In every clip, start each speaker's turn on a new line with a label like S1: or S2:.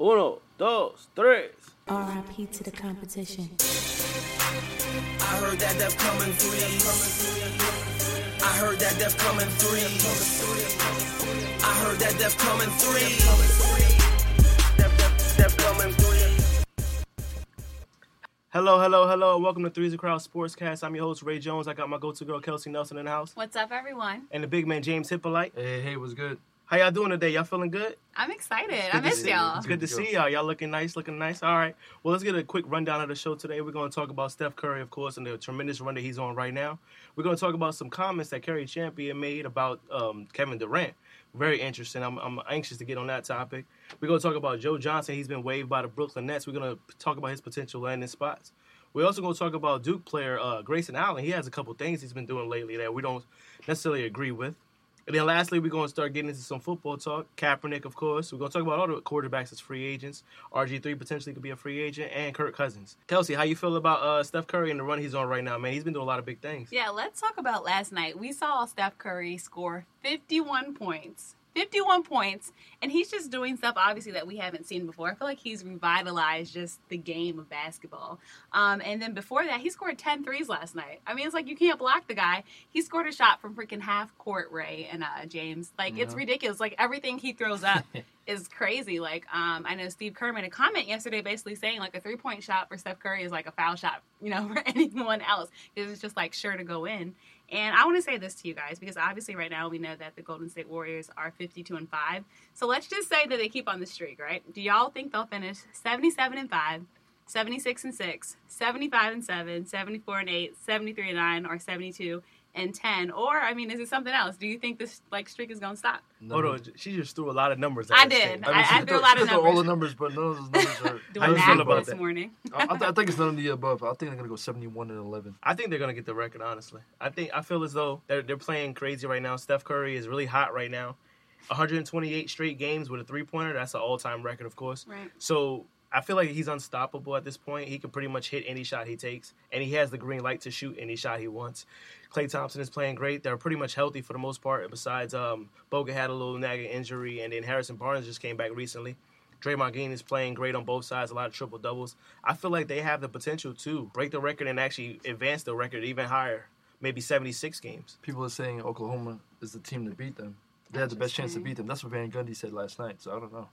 S1: Uno, dos, tres.
S2: RIP to the competition.
S3: I heard that death coming three. I heard that death coming three. I heard that death coming three. Death, death, death coming three.
S1: Hello, hello, hello. Welcome to Threes and Crowd Sportscast. I'm your host, Ray Jones. I got my go-to girl, Kelsey Nelson, in the house.
S4: What's up, everyone?
S1: And the big man, James Hippolyte.
S5: Hey, hey, what's good?
S1: How y'all doing today? Y'all feeling good?
S4: I'm excited. I missed y'all.
S1: It's good to see y'all. Y'all looking nice, looking nice. All right. Well, let's get a quick rundown of the show today. We're going to talk about Steph Curry, of course, and the tremendous run that he's on right now. We're going to talk about some comments that Kerry Champion made about um, Kevin Durant. Very interesting. I'm, I'm anxious to get on that topic. We're going to talk about Joe Johnson. He's been waived by the Brooklyn Nets. We're going to talk about his potential landing spots. We're also going to talk about Duke player uh, Grayson Allen. He has a couple things he's been doing lately that we don't necessarily agree with. And then lastly, we're going to start getting into some football talk. Kaepernick, of course. We're going to talk about all the quarterbacks as free agents. RG3 potentially could be a free agent, and Kirk Cousins. Kelsey, how you feel about uh, Steph Curry and the run he's on right now, man? He's been doing a lot of big things.
S4: Yeah, let's talk about last night. We saw Steph Curry score 51 points. 51 points, and he's just doing stuff obviously that we haven't seen before. I feel like he's revitalized just the game of basketball. Um, and then before that, he scored 10 threes last night. I mean, it's like you can't block the guy. He scored a shot from freaking half court, Ray and uh, James. Like, it's ridiculous. Like, everything he throws up is crazy. Like, um, I know Steve Kerr made a comment yesterday basically saying, like, a three point shot for Steph Curry is like a foul shot, you know, for anyone else. It's just like sure to go in. And I want to say this to you guys because obviously right now we know that the Golden State Warriors are 52 and 5. So let's just say that they keep on the streak, right? Do y'all think they'll finish 77 and 5, 76 and 6, 75 and 7, 74 and 8, 73 and 9 or 72 and 10? Or I mean, is it something else? Do you think this like streak is going to stop?
S1: Hold on. She just threw a lot of numbers at
S4: I
S1: us,
S4: did.
S1: man.
S4: I, I threw a lot of
S5: Throw all the numbers,
S4: numbers.
S5: but none of those numbers are.
S4: Doing
S1: How you
S4: math
S1: feel about
S4: this
S1: that? Oh.
S4: morning.
S5: I, I th- I think it's none of the above. I think they're gonna go seventy-one and eleven.
S1: I think they're gonna get the record. Honestly, I think I feel as though they're they're playing crazy right now. Steph Curry is really hot right now. 128 straight games with a three pointer. That's an all time record, of course.
S4: Right.
S1: So I feel like he's unstoppable at this point. He can pretty much hit any shot he takes, and he has the green light to shoot any shot he wants. Klay Thompson is playing great. They're pretty much healthy for the most part. Besides, um, Boga had a little nagging injury, and then Harrison Barnes just came back recently. Draymond Green is playing great on both sides, a lot of triple doubles. I feel like they have the potential to break the record and actually advance the record even higher, maybe 76 games.
S5: People are saying Oklahoma is the team to beat them. They had the best chance to
S4: Interesting.
S5: beat them. That's what Van Gundy said last night. So I don't know.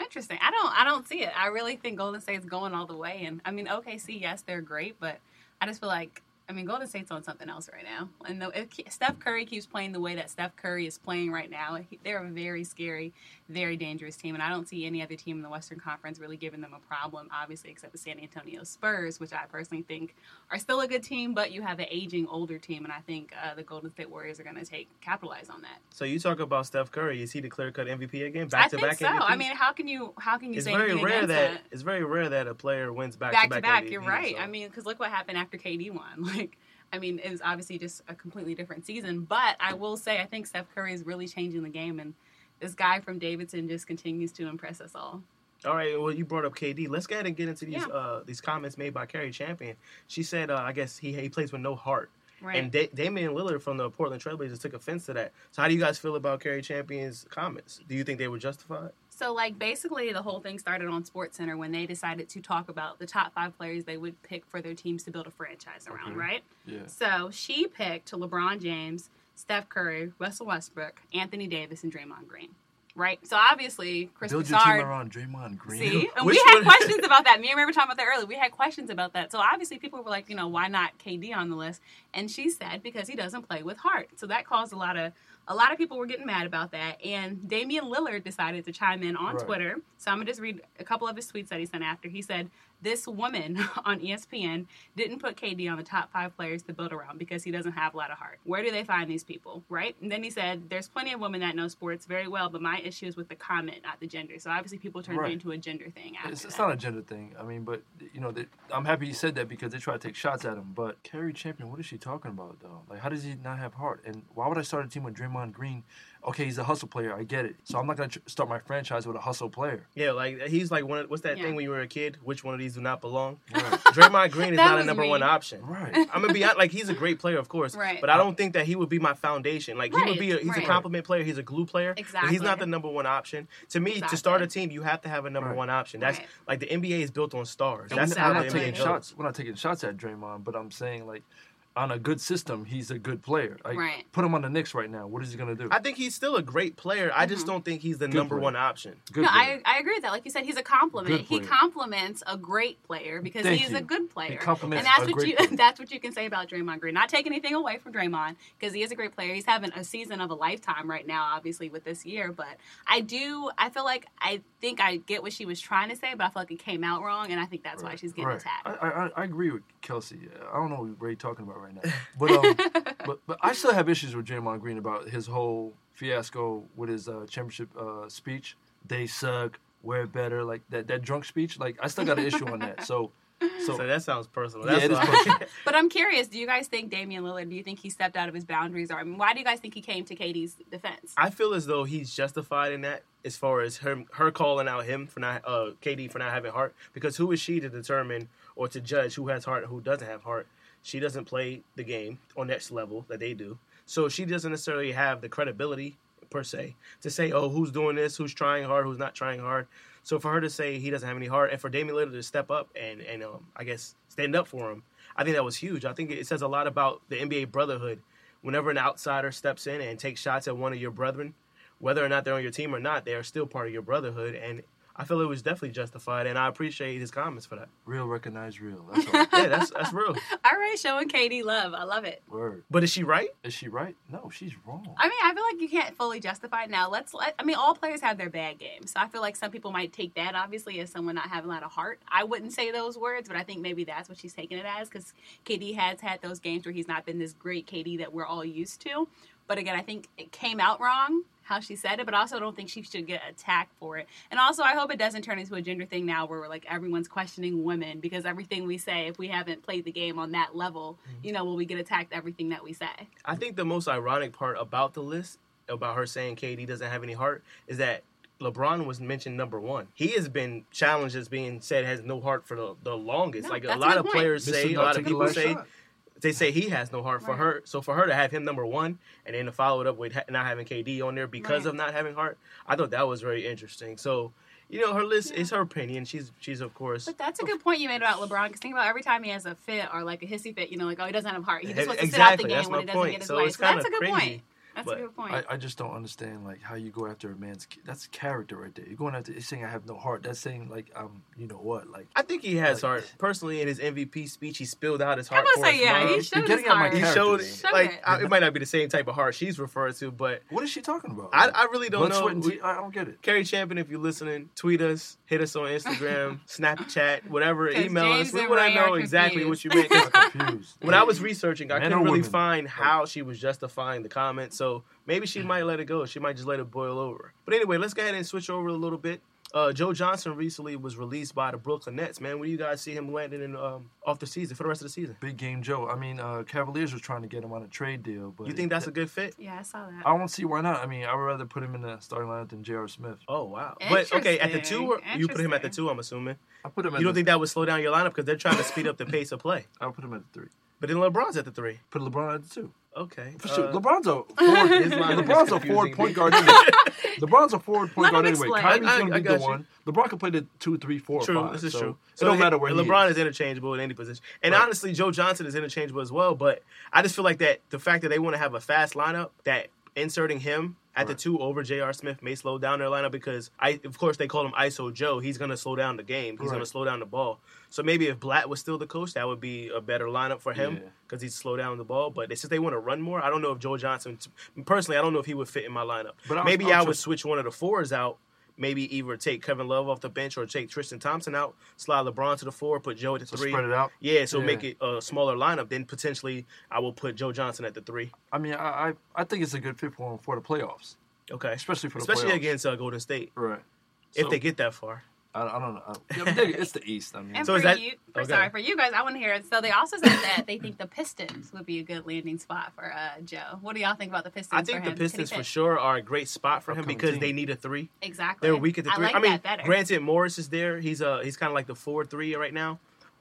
S4: Interesting. I don't. I don't see it. I really think Golden State's going all the way. And I mean, OKC, yes, they're great, but I just feel like I mean, Golden State's on something else right now. And though if Ke- Steph Curry keeps playing the way that Steph Curry is playing right now, he- they're a very scary, very dangerous team. And I don't see any other team in the Western Conference really giving them a problem, obviously, except the San Antonio Spurs, which I personally think are still a good team, but you have an aging, older team, and I think uh, the Golden State Warriors are going to take capitalize on that.
S1: So you talk about Steph Curry. Is he the clear cut MVP again? Back to
S4: I think
S1: back
S4: so. I mean, how can you how can you
S1: it's
S4: say
S1: very
S4: anything
S1: rare
S4: against
S1: that
S4: that?
S1: it's very rare that a player wins back
S4: back to back.
S1: MVP,
S4: You're right.
S1: so-
S4: I mean, because look what happened after KD won. Like, I mean, it was obviously just a completely different season. But I will say, I think Steph Curry is really changing the game, and this guy from Davidson just continues to impress us all.
S1: all right. Well, you brought up KD. Let's go ahead and get into these
S4: Yeah.
S1: uh, these comments made by Carrie Champion. She said, uh, I guess he he plays with no heart.
S4: Right.
S1: And da- Damian Lillard from the Portland Trailblazers took offense to that. So how do you guys feel about Carrie Champion's comments? Do you think they were justified?
S4: So, like, basically, the whole thing started on SportsCenter when they decided to talk about the top five players they would pick for their teams to build a franchise around, right?
S5: Yeah.
S4: So she picked LeBron James, Steph Curry, Russell Westbrook, Anthony Davis, and Draymond Green, right? So obviously, Chris
S5: Build your
S4: Broussard-
S5: team around Draymond Green.
S4: See, and
S1: Which
S4: we had
S1: one-
S4: questions about that. Me and Ray were talking about that earlier. We had questions about that. So obviously, people were like, you know, why not KD on the list? And she said because he doesn't play with heart. So that caused a lot of a lot of people were getting mad about that. And Damian Lillard decided to chime in on
S5: Right.
S4: Twitter. So I'm gonna just read a couple of his tweets that he sent after. He said, this woman on E ESPN didn't put KD on the top five players to build around because he doesn't have a lot of heart. Where do they find these people, right? And then he said, There's plenty of women that know sports very well, but my issue is with the comment, not the gender. So obviously people turned
S5: Right.
S4: it into a gender thing. After
S5: It's, it's
S4: that.
S5: not a gender thing. I mean, but you know, they, I'm happy you said that because they try to take shots at him. But Carrie Champion, what is she talking about though? Like, how does he not have heart? And why would I start a team with Draymond Green? Okay, he's a hustle player. I get it. So I'm not gonna tr- start my franchise with a hustle player.
S1: Yeah, like he's like one. Of, what's that
S4: Yeah.
S1: thing when you were a kid? Which one of these do not belong? Draymond Green is
S4: That
S1: not a
S4: was
S1: number
S4: me.
S1: one option.
S5: Right.
S1: I'm gonna be hon- like he's a great player, of course.
S4: Right.
S1: But I don't think that he would be my foundation. Like he would be. A,
S4: Right,
S1: he's a
S4: right.
S1: compliment player. He's a glue player. But
S4: Exactly.
S1: he's not the number one option. To me, to start a
S4: Exactly.
S1: team, you have to have a number
S5: Right.
S1: one option. That's
S4: Right.
S1: like the NBA is built on stars.
S5: And
S1: That's
S5: we're
S1: how
S5: not
S1: the
S4: Exactly.
S1: NBA
S5: taking
S1: goes.
S5: shots. We're not taking shots at Draymond, but I'm saying like, on a good system, he's a good player. Like,
S4: Right.
S5: Put him on the Knicks right now. What is he gonna do?
S1: I think he's still a great player. I
S4: Mm-hmm.
S1: just don't think he's the number
S5: player.
S1: one option.
S5: good
S4: no,
S5: player.
S4: I, I agree with that. Like you said, he's a compliment.
S5: Good
S4: He
S5: player.
S4: compliments a great player because
S5: Thank
S4: he's
S5: you.
S4: a good
S5: He
S4: player.
S5: compliments
S4: and that's
S5: a
S4: what
S5: great
S4: you
S5: player.
S4: that's what you can say about Draymond Green. Not take anything away from Draymond because he is a great player. He's having a season of a lifetime right now, obviously with this year. But I do I feel like I think I get what she was trying to say, but I feel like it came out wrong, and I think that's why she's getting
S5: Right.
S4: attacked.
S5: I, I, I agree with Kelsey. I don't know what we're talking about right now, but um, but, but I still have issues with Draymond Green about his whole fiasco with his uh, championship uh, speech. They suck. We're better. Like that that drunk speech. Like I still got an issue on that. So so,
S1: So that sounds personal.
S5: yeah,
S1: That's
S5: it is
S1: why-
S5: personal.
S4: But I'm curious, do you guys think Damian Lillard? Do you think he stepped out of his boundaries, or I mean, why do you guys think he came to Katie's defense?
S1: I feel as though he's justified in that as far as her her calling out him for not uh KD for not having heart because who is she to determine or to judge who has heart and who doesn't have heart? She doesn't play the game on next level that they do. So she doesn't necessarily have the credibility per se to say, "Oh, who's doing this? Who's trying hard? Who's not trying hard?" So for her to say he doesn't have any heart and for Damian Lillard to step up and and um, I guess stand up for him, I think that was huge. I think it says a lot about the NBA brotherhood whenever an outsider steps in and takes shots at one of your brethren, whether or not they're on your team or not, they are still part of your brotherhood. And I feel it was definitely justified, and I appreciate his comments for that.
S5: real recognize real. That's all.
S1: Yeah, that's that's real.
S4: All right, showing Katie love. I love it.
S5: Word.
S1: But is she right?
S5: Is she right? No, she's wrong.
S4: I mean, I feel like you can't fully justify it now. Let's let, I mean, all players have their bad games. So I feel like some people might take that, obviously, as someone not having a lot of heart. I wouldn't say those words, but I think maybe that's what she's taking it as because KD has had those games where he's not been this great KD that we're all used to. But again, I think it came out wrong how she said it, but I also don't think she should get attacked for it. And also, I hope it doesn't turn into a gender thing now where we're like everyone's questioning women because everything we say, if we haven't played the game on that level, you know, will we get attacked everything that we say?
S1: I think the most ironic part about the list, about her saying KD doesn't have any heart, is that LeBron was mentioned number one. He has been challenged as being said has no heart for the, the longest.
S4: No,
S1: like a
S4: that's
S1: lot
S4: my
S1: of
S4: point.
S1: players
S5: Missed
S1: say,
S5: the
S1: a lot
S5: dot,
S1: of
S5: took the
S1: people
S5: last
S1: say,
S5: shot.
S1: they say he has no heart for
S4: Right.
S1: her. So for her to have him number one and then to follow it up with ha- not having KD on there because
S4: Right.
S1: of not having heart, I thought that was very interesting. So, you know, her list is her opinion. She's she's of course.
S4: But that's a good point you made about LeBron. Because think about every time he has a fit or like a hissy fit, you know, like oh he doesn't have heart. He just wants to
S1: Exactly,
S4: sit out
S1: that's
S4: the game when
S1: my
S4: it doesn't
S1: point.
S4: get his
S1: So
S4: way.
S1: it's
S4: So that's a
S1: kinda
S4: good
S1: crazy,
S4: point. That's
S1: but
S4: a good point.
S5: I, I just don't understand like how you go after a man's ca- that's character right there. You're going after it's saying I have no heart. That's saying like um you know what like
S1: I think he has
S5: Like-
S1: heart. Personally, in his MVP speech, he spilled out his
S4: I'm
S1: heart.
S4: gonna
S1: for
S4: say
S1: his
S4: yeah.
S1: mom.
S4: He showed his
S5: getting at my
S4: heart.
S1: He
S5: character.
S1: showed
S5: He
S4: showed
S1: like
S4: it.
S1: I, it might not be the same type of heart she's referred to, but
S5: What is she talking about?
S1: I- I really don't
S5: Blood,
S1: know.
S5: Sweat, and tea? I I don't get it.
S1: Carrie Champion, if you're listening, tweet us, hit us on Instagram, Snapchat, whatever,
S4: 'Cause
S1: email
S4: James
S1: us. We
S4: and
S1: want to
S4: Ray are
S1: know exactly what you meant. 'cause
S5: I'm confused.
S1: When I was researching, I
S5: Men
S1: couldn't
S5: or
S1: really
S5: women?
S1: find how she was justifying the comment. So maybe she might let it go. She might just let it boil over. But anyway, let's go ahead and switch over a little bit. Uh, Joe Johnson recently was released by the Brooklyn Nets. Man, where do you guys see him landing in um, off the season for the rest of the season?
S5: big game Joe. I mean, uh, Cavaliers were trying to get him on a trade deal, but
S1: You think that's a good fit?
S4: yeah, I saw that.
S1: Um,
S5: I don't see why not. I mean, I would rather put him in the starting lineup than J.R. Smith.
S1: Oh wow! But okay, at the two, or,
S4: Interesting.
S1: you put him at the
S4: Interesting.
S1: two. I'm assuming
S5: I put him. At
S1: you don't
S5: the,
S1: think that would slow down your lineup because they're trying to speed up the pace of play.
S5: I'll put him at the three.
S1: But then LeBron's at the three.
S5: Put LeBron at the two.
S1: Okay.
S5: For sure.
S1: uh,
S5: LeBron's a forward.
S1: lineup is
S5: LeBron's a
S1: confusing
S5: forward
S1: me.
S5: point guard. Anyway. LeBron's a forward point
S4: Let
S5: guard
S4: him
S5: anyway.
S4: explain.
S5: Kyrie's
S1: I- I-
S5: gonna
S1: I
S5: be
S1: got
S5: the
S1: you.
S5: one. LeBron can play the two, three, four,
S1: True,
S5: five,
S1: this is
S5: so
S1: true.
S5: It don't
S1: he-
S5: matter where he
S1: LeBron
S5: is.
S1: is. interchangeable in any position, and honestly, Joe Johnson is interchangeable as well. But I just feel like that the fact that they want to have a fast lineup, that inserting him at the two over J.R. Smith may slow down their lineup because I, of course, they call him ISO Joe. He's going to slow down the game. He's going to
S5: Right.
S1: slow down the ball. So maybe if Blatt was still the coach, that would be a better lineup for him
S5: Yeah.
S1: because he'd slow down the ball. But since they want to run more, I don't know if Joe Johnson personally. I don't know if he would fit in my lineup.
S5: But
S1: But
S5: I'm-
S1: maybe
S5: I'm
S1: i
S5: tr-
S1: would switch one of the fours out. maybe either take Kevin Love off the bench or take Tristan Thompson out, slide LeBron to the four, put Joe at the
S5: So
S1: three.
S5: spread it out?
S1: Yeah, so
S5: Yeah.
S1: make it a smaller lineup. Then potentially I will put Joe Johnson at the three.
S5: I mean, I, I I think it's a good fit for him for the playoffs.
S1: Okay,
S5: Especially for the
S1: especially
S5: playoffs.
S1: against uh, Golden State
S5: Right.
S1: if they get that far.
S5: I, I don't know. I, I mean, they- it's the East. I mean,
S4: And
S1: So
S4: for
S1: is that-
S4: you, for,
S1: okay.
S4: sorry, for you guys, I want to hear it. So they also said that they think the Pistons would be a good landing spot for uh, Joe. What do y'all think about the Pistons?
S1: I think
S4: for
S1: the
S4: him? Could he
S1: Pistons for
S4: fit?
S1: sure are a great spot for him
S5: Upcoming
S1: because
S5: team.
S1: they need a three.
S4: Exactly.
S1: They're weak at the three.
S4: I like
S1: mean,
S4: that better.
S1: granted, Morris is there. He's uh he's kind of like the four three right now,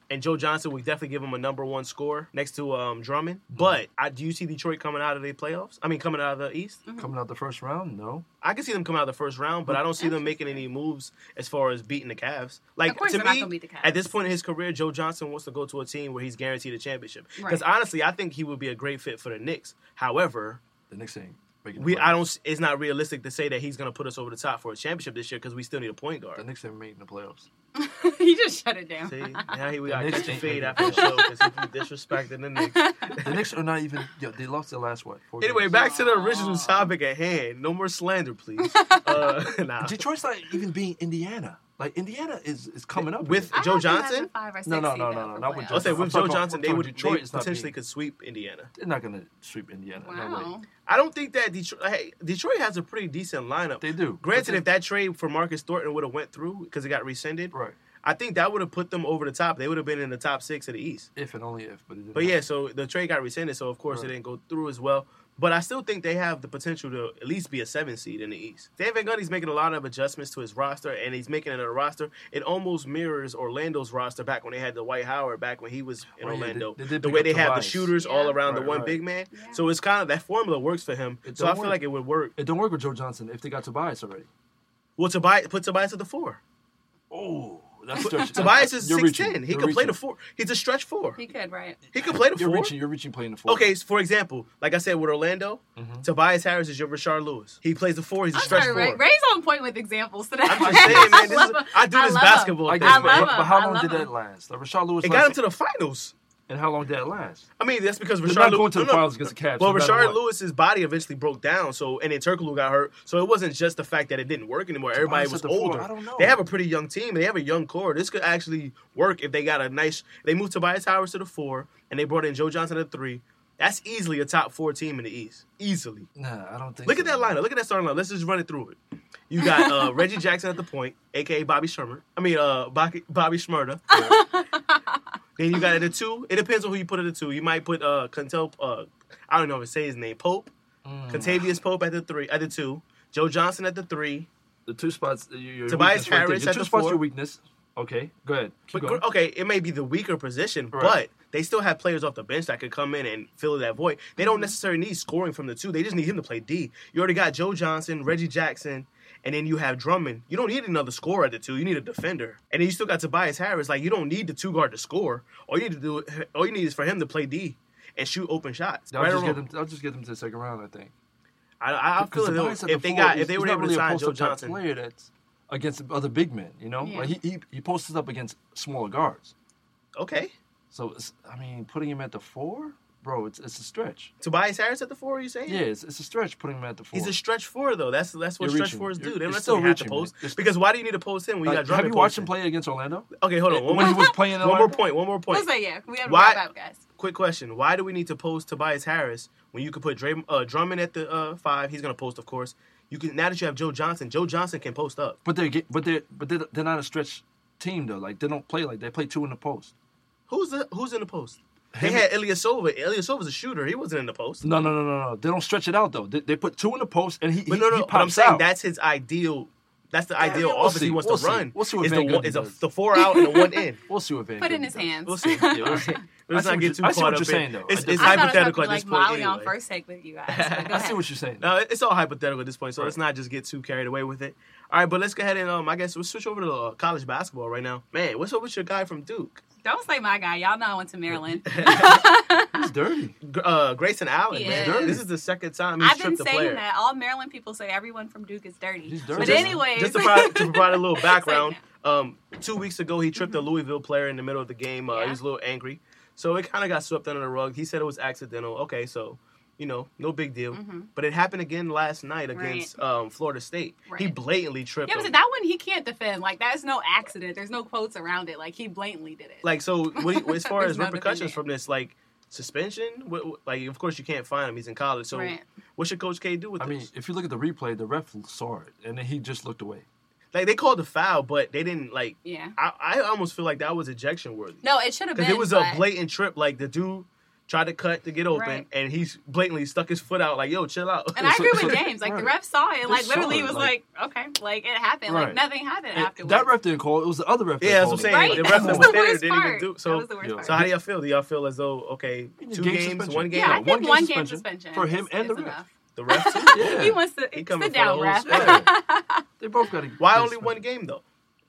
S1: and Joe Johnson would definitely give him a number one score next to um Drummond.
S4: Mm-hmm.
S1: But I do you see Detroit coming out of the playoffs? I mean, coming out of the East.
S4: Mm-hmm.
S5: coming out the first round, no.
S1: I can see them coming out of the first round, but I don't see them making any moves as far as beating the Cavs. Like
S4: Of course
S1: to
S4: they're
S1: me,
S4: not gonna beat the Cavs.
S1: at this point in his career, Joe Johnson wants to go to a team where he's guaranteed a championship. Because
S4: Right.
S1: honestly, I think he would be a great fit for the Knicks. However,
S5: The Knicks ain't making. the
S1: we I
S5: playoffs.
S1: don't. s- It's not realistic to say that he's going to put us over the top for a championship this year because we still need a point
S5: The
S1: guard.
S5: Knicks ain't making the playoffs.
S4: you just shut it down.
S1: See, now he we got
S5: The Knicks
S1: catch a
S5: ain't
S1: fade
S5: making
S1: after the show because he disrespecting the Knicks.
S5: The Knicks are not even. Yeah, they lost their last what? Four
S1: Anyway,
S5: games.
S1: back to the original topic at hand. No more slander, please. Uh, nah.
S5: Detroit's not even being Indiana. Like Indiana is is coming up
S1: With-
S5: again.
S4: I
S1: Joe
S4: have them as a
S1: Johnson?
S4: Five or six
S5: no,
S4: seed,
S5: no,
S4: though,
S5: no,
S4: for
S5: not with
S4: playoffs.
S1: I'll say
S5: I'm
S1: with
S5: talking
S1: Joe
S5: about-
S1: Johnson,
S5: I'm
S1: they
S5: talking
S1: would
S5: Detroit
S1: they
S5: is not
S1: potentially
S5: being-
S1: could sweep Indiana.
S5: they're not gonna sweep Indiana. No way.
S4: Wow.
S1: I don't think that Detroit. Hey, Detroit has a pretty decent lineup.
S5: They do.
S1: Granted,
S5: But they-
S1: if that trade for Marcus Thornton would have went through because it got rescinded,
S5: Right.
S1: I think that would have put them over the top. They would have been in the top six of the East.
S5: If and only if, but it didn't
S1: But yeah,
S5: happen.
S1: so the trade got rescinded, so of course it didn't go through as well. But I still think they have the potential to at least be a seven seed in the East. Dan Van Gundy's making a lot of adjustments to his roster, and he's making another roster. It almost mirrors Orlando's roster back when they had the White Howard, back when he was in
S5: Oh, yeah, they-
S1: Orlando.
S5: they did
S1: the
S5: pick
S1: way
S5: up
S1: they have the
S5: Tobias.
S1: shooters all
S4: Yeah.
S1: around the
S5: Right,
S1: one
S5: right.
S1: big man. So it's kind of that formula works for him.
S5: It
S1: so I
S5: don't
S1: feel
S5: work.
S1: like it would work.
S5: it don't work with Joe Johnson if they got Tobias already.
S1: Well, Tobias put Tobias at the four.
S5: Oh, that's stretching.
S1: Tobias is
S5: You're
S1: six
S5: reaching.
S1: ten. He
S5: You're
S1: can play the
S5: reaching.
S1: four. He's a stretch four.
S4: He could, right?
S1: He can play the
S5: You're
S1: four.
S5: reaching. You're reaching playing the four.
S1: Okay, so for example, like I said with Orlando,
S5: Mm-hmm.
S1: Tobias Harris is your Richard Lewis. He plays the four. He's a stretch
S4: Sorry, Ray,
S1: four.
S4: Ray's on point with examples today.
S1: I'm just saying, man. This
S4: love
S1: is,
S4: him.
S1: I do
S4: I
S1: this
S4: love
S1: basketball.
S5: I
S1: thing,
S5: guess,
S4: I
S5: but,
S4: love
S1: man.
S5: but
S4: him.
S5: how
S4: I
S5: long
S4: love
S5: did that
S4: him.
S5: last? Like, Rashard Lewis.
S1: It
S5: last-
S1: got him to the finals.
S5: And how long did that last?
S1: I mean, that's because
S5: They're
S1: Richard
S5: not
S1: Lew-
S5: going to the
S1: no, no.
S5: finals against the Cavs,
S1: Well,
S5: no matter
S1: Richard
S5: what.
S1: Lewis's body eventually broke down, so and then Turkoglu got hurt, so it wasn't just the fact that it didn't work anymore. Everybody
S5: Tobias
S1: was
S5: at the four,
S1: older.
S5: I don't know.
S1: They have a pretty young team. and They have a young core. This could actually work if they got a nice. They moved Tobias Howard to the four, and they brought in Joe Johnson at three. That's easily a top four team in the East. Easily.
S5: Nah, I don't think.
S1: Look
S5: so.
S1: at that lineup. Look at that starting lineup. Let's just run it through it. You got uh, Reggie Jackson at the point, aka Bobby Shermer. I mean, uh, Bobby, Bobby Schmurda. then you got at the two. It depends on who you put at the two. You might put uh, Contel, uh I don't know if it say his name, Pope,
S5: Mm.
S1: Contavious Pope at the three, at the two, Joe Johnson at the three.
S5: The two spots. Your, your
S1: Tobias
S5: weakness right there.
S1: Harris
S5: Your
S1: at
S5: two
S1: the
S5: spots.
S1: four.
S5: Your weakness. Okay, go ahead. Keep
S1: But
S5: going.
S1: okay, it may be the weaker position, but
S5: Right.
S1: they still have players off the bench that could come in and fill that void. They
S5: Mm-hmm.
S1: don't necessarily need scoring from the two. They just need him to play D. You already got Joe Johnson, Reggie Jackson, and then you have Drummond. You don't need another scorer at the two. You need a defender, and then you still got Tobias Harris. Like you don't need the two guard to score. All you need to do, all you need is for him to play D and shoot open shots.
S5: I'll
S1: Right or
S5: just get
S1: wrong?
S5: them. I'll just get them to the second round. I think.
S1: I, I, I feel
S5: Because
S1: that
S5: Tobias at
S1: if
S5: the
S1: they
S5: four
S1: got
S5: is-
S1: if they
S5: is
S1: were
S5: not
S1: able to
S5: really a
S1: sign Joe
S5: post-up type
S1: Johnson,
S5: player that's against other big men, you know,
S4: Yeah.
S5: like he, he he posts up against smaller guards.
S1: okay.
S5: So it's, I mean, putting him at the four, bro, it's it's a stretch.
S1: Tobias Harris at the four, are you saying?
S5: Yeah, it's, it's a stretch putting him at the four.
S1: He's a stretch four though. That's that's what
S5: You're
S1: stretch
S5: reaching.
S1: fours
S5: You're-
S1: do. They
S5: you're
S1: don't
S5: still
S1: necessarily have to
S5: reaching, man.
S1: post
S5: You're-
S1: because why do you need to post him when you
S5: Like,
S1: got
S5: have
S1: Drummond
S5: you watched him
S1: posting?
S5: play against Orlando?
S1: Okay, hold on. One
S5: when he
S1: more,
S5: was playing in
S1: one more
S5: Orlando?
S1: point. One more point.
S4: Listen, yeah, we have to
S1: Why-
S4: wrap up, guys.
S1: Quick question: Why do we need to post Tobias Harris when you could put Dray, uh, Drummond at the uh, five? He's gonna post, of course. You can now that you have Joe Johnson. Joe Johnson can post up.
S5: But they're get, but they're but they're, they're not a stretch team though. Like they don't play like they play two in the post.
S1: Who's the Who's in the post? They had Ilyasova. Ilyasova's a shooter. He wasn't in the post.
S5: No, no, no, no, no. They don't stretch it out though. They, they put two in the post and he.
S1: But
S5: he,
S1: no, no.
S5: he
S1: but I'm
S5: pops
S1: saying
S5: out.
S1: that's his ideal. That's the
S5: Yeah,
S1: ideal
S5: yeah, we'll
S1: offense he
S5: see.
S1: wants
S5: We'll
S1: to
S5: see.
S1: run.
S5: We'll see what
S1: is the
S5: Van
S1: one,
S5: Gundy
S1: is a,
S5: does.
S1: the four out and the one in.
S5: We'll see what Van
S4: Put it in
S5: Gundy
S4: his
S5: does.
S4: hands.
S1: We'll see.
S5: Yeah, we'll see.
S1: Let's
S5: I see
S1: not
S5: what
S1: get
S5: you-
S1: too
S5: I see
S1: caught
S5: what
S1: up
S5: you're
S1: in-
S5: saying, though.
S1: It's,
S5: I
S1: it's
S5: thought
S4: I thought I was
S1: hypothetical at
S4: going to
S1: this
S4: like
S1: point.
S4: Molly on
S1: anyway.
S4: first take with you guys. but go
S5: I see
S4: ahead.
S5: what you're saying.
S1: No, it- it's all hypothetical at this point, so let's not just get too carried away with it. All right, but let's go ahead and um, I guess we'll switch over to uh, college basketball right now. Man, what's up with your guy from Duke,
S4: Don't say my guy. Y'all know I went to Maryland.
S5: He's dirty.
S1: Gr- uh, Grayson Allen?
S4: He
S1: man.
S4: is.
S1: This is the second time he's
S4: I've been
S1: tripped a
S4: saying
S1: player.
S4: that. All Maryland people say everyone from Duke is dirty.
S5: He's dirty.
S4: But
S5: Just-
S4: anyways,
S1: Just to provide, to provide a little background, um, two weeks ago he tripped a Louisville player in the middle of the game. Uh, He
S4: Mm-hmm. Yeah.
S1: was a little angry, so it kind of got swept under the rug. He said it was accidental. Okay, so You know, no big deal.
S4: Mm-hmm.
S1: But it happened again last night against um, Florida State. He
S4: Right.
S1: blatantly tripped.
S4: Yeah, but
S1: him.
S4: that one he can't defend. Like that's no accident. There's no quotes around it. Like he blatantly did it.
S1: like so what do you- as far
S4: There's
S1: as
S4: no
S1: repercussions
S4: defending.
S1: from this like suspension what, what- like of course you can't find him he's in college so
S4: Right.
S1: what should coach k do with
S5: I
S1: this
S5: mean, if you look at the replay, the ref saw it, and then he just looked away.
S1: like they called the foul but they didn't like
S4: Yeah.
S1: i, I almost feel like that was ejection worthy
S4: no, it should have been.
S1: because it was
S4: but
S1: a blatant trip like the dude tried to cut to get open
S4: Right.
S1: and he's blatantly stuck his foot out like yo chill out
S4: And I agree
S5: so-
S4: with
S5: so-
S4: James. Like the
S5: right.
S4: ref saw it. Like
S5: saw
S4: literally,
S5: it,
S4: it was
S5: like-
S4: like, okay, like it happened.
S5: Right.
S4: Like nothing happened
S5: And
S4: afterwards.
S5: that ref didn't call it. It was the other ref. that
S1: yeah, that's what I'm
S5: called it.
S1: saying. The
S4: Right, that
S1: ref that
S4: was
S1: was
S4: the
S1: there
S4: worst
S1: didn't even
S4: part.
S1: do
S4: That
S1: so.
S4: was the worst
S5: Yo.
S4: part.
S1: So how do y'all feel? Do y'all feel as though okay, two
S5: Game
S1: games,
S5: suspension.
S1: one game?
S4: yeah, I
S5: No,
S4: think
S5: one
S4: one
S5: game
S4: game,
S5: suspension
S4: suspension
S5: for him
S4: is-
S5: and
S4: is
S5: the ref.
S4: enough.
S1: The ref. too?
S5: Yeah.
S4: He wants to
S1: He coming for
S4: sit
S1: the
S4: down,
S1: whole
S4: ref.
S1: squad.
S5: They both got to.
S1: Why only one game though?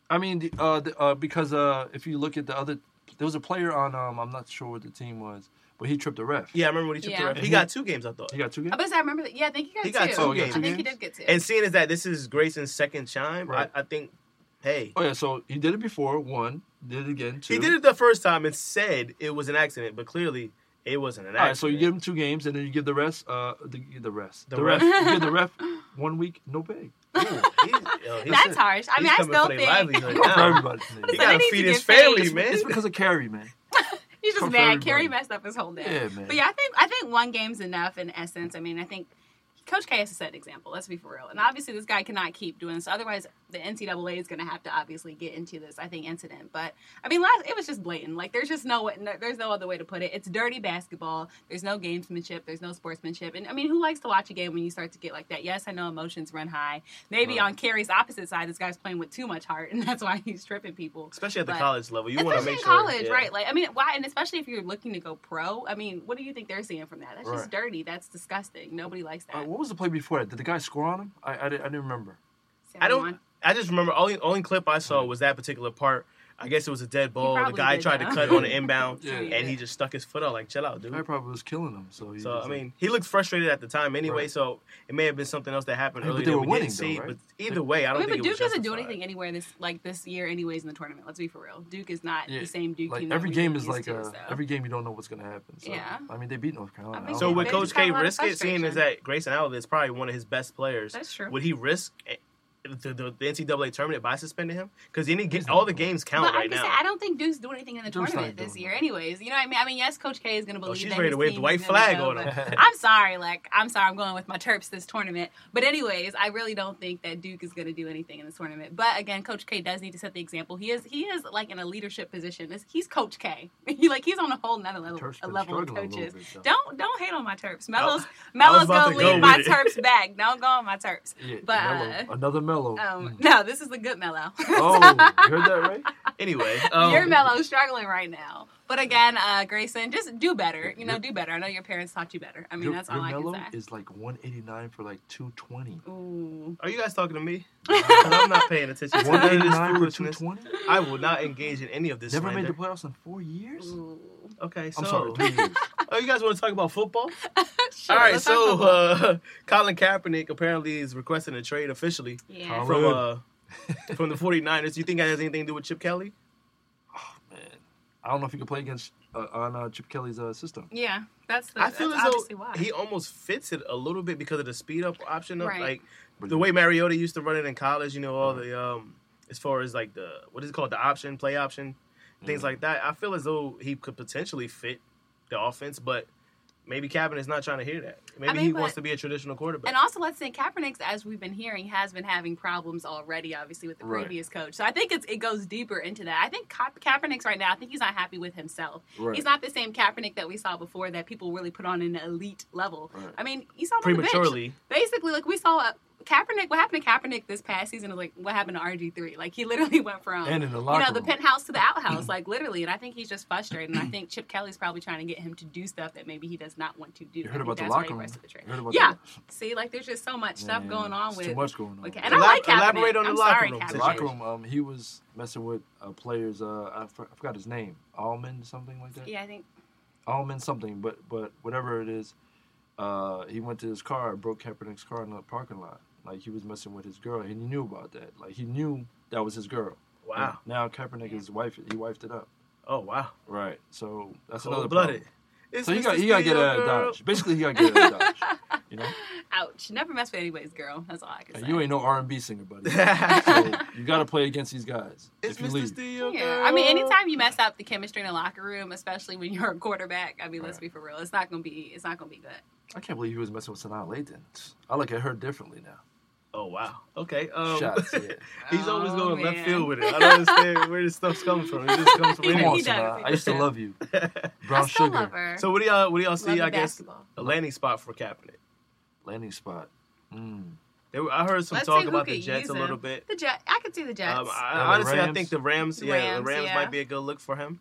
S5: I mean, the, uh, the, uh, because uh, if you look at the other, there was a player on. Um, I'm not sure what the team was, but he tripped the ref.
S1: Yeah, I remember when he took
S4: Yeah.
S1: the ref. He got two games, I thought.
S5: Mm-hmm. he got two games.
S4: I bet I remember that. Yeah, I think he got
S1: He
S4: two.
S1: got two
S4: I
S1: games.
S4: think he
S5: Games?
S4: did get two.
S1: And seeing as that this is Grayson's second chime,
S5: Right.
S1: I, I think, hey,
S5: Oh yeah, so he did it before one, did it again. Two.
S1: he did it the first time and said it was an accident, but clearly it wasn't an accident.
S5: All right, so you give him two games, and then you give the rest. Uh, the, the rest.
S1: The
S5: The, ref. you give the ref one week, no pay
S1: He's- yo, he's-
S4: That's harsh. I
S1: he's
S4: mean, I
S1: coming
S4: still
S1: for their
S4: think-
S1: livelihood
S5: for
S1: now.
S5: everybody.
S1: He
S4: They
S1: gotta
S4: need to
S1: feed his
S4: get paid.
S1: family, man.
S5: It's because of Carrie, man.
S4: He's just
S5: Come for
S4: mad.
S5: everybody.
S4: Kerry messed up his whole day.
S5: Yeah, man.
S4: But yeah, I think I think one game's enough in essence. I mean, I think Coach K has a set example. Let's be for real. And obviously, this guy cannot keep doing this. Otherwise, the NCAA is going to have to obviously get into this. I think incident. But I mean, last it was just blatant. Like there's just no, way- no there's no other way to put it. It's dirty basketball. There's no gamesmanship. There's no sportsmanship. And I mean, who likes to watch a game when you start to get like that? Yes, I know emotions run high. Maybe on Kerry's opposite side, this guy's playing with too much heart, and that's why he's tripping people.
S1: Especially at the
S4: But-
S1: college level, you want to
S4: especially
S1: make
S4: in
S1: sure.
S4: college,
S1: yeah.
S4: right? Like, I mean, why? And especially if you're looking to go pro, I mean, what do you think they're seeing from that? That's
S5: Right.
S4: just dirty. That's disgusting. Nobody likes that.
S5: Uh, what was the play before that? Did the guy score on him? I I, didn't- I didn't remember.
S4: Sam,
S1: I
S4: you want-
S1: don't. I just remember only only clip I
S5: Mm-hmm.
S1: saw was that particular part. I guess it was a dead ball. The
S4: probably
S1: guy
S4: did
S1: tried to
S4: know.
S1: cut on an inbound,
S5: Yeah.
S1: and he just stuck his foot out like, "Chill out, dude."
S5: Guy probably was killing him. So, he
S1: So
S5: was
S1: I
S5: like-
S1: mean, he looked frustrated at the time anyway.
S5: Right.
S1: So it may have been something else that happened
S5: Hey, but
S1: earlier
S5: they
S1: that
S5: were
S1: we
S5: winning,
S1: didn't
S5: though,
S1: see.
S5: right?
S1: But either way, I
S4: I
S1: don't
S4: mean,
S1: think
S4: but
S1: it was
S4: Duke doesn't do
S1: justified.
S4: anything anywhere this like this year, anyways, in the tournament. Let's be for real. Duke is not
S5: Yeah,
S4: the same Duke
S5: like
S4: team. that
S5: every
S4: we
S5: game
S4: were
S5: is
S4: used
S5: like
S4: to,
S5: a,
S4: so.
S5: every game you don't know what's gonna happen. So,
S4: Yeah.
S5: I mean, they beat North Carolina.
S4: I
S5: I don't
S4: think
S1: So
S5: know.
S4: Yeah,
S1: with
S4: they
S1: Coach
S4: just got
S1: K
S4: a lot of
S1: risk it, seeing as
S4: frustration.
S1: that Grayson Allen is probably one of his best players.
S4: That's true.
S1: Would he risk eh, the, the, the NCAA tournament by suspending him? Because any ga-
S5: He's not
S1: all the
S5: doing it.
S1: games count
S4: But
S1: right
S4: I'm just
S1: now.
S4: saying, I don't think Duke's doing anything in the
S5: Duke's not
S4: tournament this
S5: doing
S4: year,
S5: nothing.
S4: anyways. You know what I mean? I mean, yes, Coach K is going to believe.
S1: Oh, she's
S4: that
S1: ready
S4: his
S1: to wave the
S4: team
S1: white
S4: is gonna
S1: flag
S4: go,
S1: on
S4: but
S1: him.
S4: I'm sorry, like I'm sorry, I'm going with my Terps this tournament. But anyways, I really don't think that Duke is going to do anything in this tournament. But again, Coach K does need to set the example. He is he is like in a leadership position. This- He's Coach K. He, like he's on a whole another level,
S5: Terps
S4: a
S5: been
S4: level of
S5: struggling a little
S4: coaches.
S5: bit, though.
S4: don't don't hate on my
S1: I
S4: Terps. Mello's
S1: was
S4: Mello's
S1: about
S4: gonna
S1: to go
S4: lead my
S1: with it.
S4: Terps back. Don't go on my Terps.
S5: Yeah,
S4: but uh,
S5: Melo, another mellow.
S4: um,
S1: mm.
S4: no, this is the good Mellow.
S5: oh, you heard that right?
S1: anyway, um,
S4: Your Melo's struggling right now. But again, uh, Grayson, just do better. You know, do better. I know your parents taught you better. I mean,
S5: your
S4: that's
S5: your
S4: all I
S5: mellow
S4: can say.
S5: is like 189 for like 220.
S4: Ooh.
S1: are you guys talking to me? 'Cause I'm not paying attention to any of this
S5: 189 for
S1: foolishness.
S5: 220.
S1: I will not engage in any of this.
S5: Never made
S1: slander.
S5: the playoffs in four years.
S4: Ooh.
S1: Okay, so
S5: I'm sorry, three years.
S1: oh, you guys want to talk about football?
S4: Sure,
S1: All right,
S4: let's talk
S1: so
S4: about-
S1: uh, Colin Kaepernick apparently is requesting a trade officially
S4: yeah.
S1: from
S5: Colin.
S1: uh, from the 49ers. Do you think that has anything to do with Chip Kelly?
S5: Man, I don't know if you can play against uh, on uh, Chip Kelly's uh, system.
S4: yeah, that's the,
S1: I feel
S4: that's
S1: as
S4: obviously
S1: though
S4: why.
S1: he almost fits it a little bit because of the speed up option of
S4: Right.
S1: like the way Mariota used to run it in college. You know all the
S4: Uh-huh.
S1: um as far as like the what is it called the option play option things like that. I feel as though he could potentially fit the offense, but maybe Kaepernick's not trying to hear that. Maybe
S4: mean,
S1: he
S4: but-
S1: wants to be a traditional quarterback.
S4: And also, let's say Kaepernick's, as we've been hearing, has been having problems already, obviously, with the
S5: Right.
S4: previous coach. So I think it's, it goes deeper into that. I think Ka- Kaepernick's right now, I think he's not happy with himself.
S5: Right.
S4: He's not the same Kaepernick that we saw before that people really put on an elite level.
S5: Right.
S4: I mean, you saw him
S1: Prematurely.
S4: On the bench. Basically, like we saw uh, Kaepernick, what happened to Kaepernick this past season is like what happened to RG3. Like he literally went from
S5: And in the
S4: you
S5: locker
S4: know, the
S5: room.
S4: penthouse to the outhouse, like literally. And I think he's just frustrated. And I think Chip Kelly's probably trying to get him to do stuff that maybe he does not want to do.
S5: You
S4: I
S5: heard
S4: think
S5: about the
S4: that's why he
S5: locker room.
S4: requested the trade.
S5: You heard about
S4: yeah.
S5: the
S4: See, like there's just so much stuff
S5: Man,
S4: going on
S5: it's
S4: with
S5: too much going on.
S4: Okay, and I
S1: Elab-
S4: like Kaepernick.
S1: elaborate on the
S4: I'm
S1: locker
S4: sorry,
S1: room
S4: Kaepernick.
S5: The
S1: situation.
S5: locker room, um, he was messing with a player's. Uh, I, for, I forgot his name. Almond something like that.
S4: Yeah, I think
S5: Almond something, but but whatever it is, uh, he went to his car, broke Kaepernick's car in the parking lot. Like he was messing with his girl, and he knew about that. Like he knew that was his girl.
S1: Wow.
S5: And now Kaepernick is wife. He wifed it up.
S1: oh wow,
S5: Right. So that's another
S1: cold blooded.
S5: problem.
S1: It's
S5: So he
S1: Mr.
S5: got he got to get
S1: Studio
S5: out of
S1: Girl.
S5: Dodge. Basically, he got to get out of Dodge. You know,
S4: Ouch! Never mess with anybody's girl. That's all I can
S5: And
S4: say.
S5: you ain't no R and B singer, buddy. so you got to play against these guys
S1: It's
S5: if you
S1: Mr.
S5: leave.
S1: Studio
S4: Yeah, I mean,
S1: Girl.
S4: anytime you mess up the chemistry in the locker room, especially when you're a quarterback, I mean, let's be for real, it's not gonna be, it's not gonna be good.
S5: I can't believe he was messing with Sanaa Lathan. I look at her differently now.
S1: Oh wow. Okay. Um,
S5: Shots, yeah.
S1: he's always
S4: Oh,
S1: going left
S4: man.
S1: field with it. I don't understand where this stuff's coming from. It just comes from
S4: He
S5: Come on,
S1: anywhere.
S4: does,
S5: Sanaa.
S4: he
S5: I used to
S4: does.
S5: love you.
S4: I
S5: Brown
S4: still
S5: sugar.
S4: love her.
S1: So what do y'all what do y'all see?
S4: Love the
S1: I guess
S4: basketball.
S1: a landing spot for Kaepernick.
S5: Landing spot. Mm.
S1: They were, I heard some
S4: Let's see
S1: talk
S4: who
S1: about the
S4: could
S1: Jets
S4: use
S1: a
S4: him.
S1: little bit.
S4: The Jet, I could see the Jets.
S1: Um, I,
S5: the
S1: honestly, I
S5: Rams.
S1: think the Rams, yeah, the
S4: Rams,
S1: Rams
S4: yeah.
S1: might be a good look for him.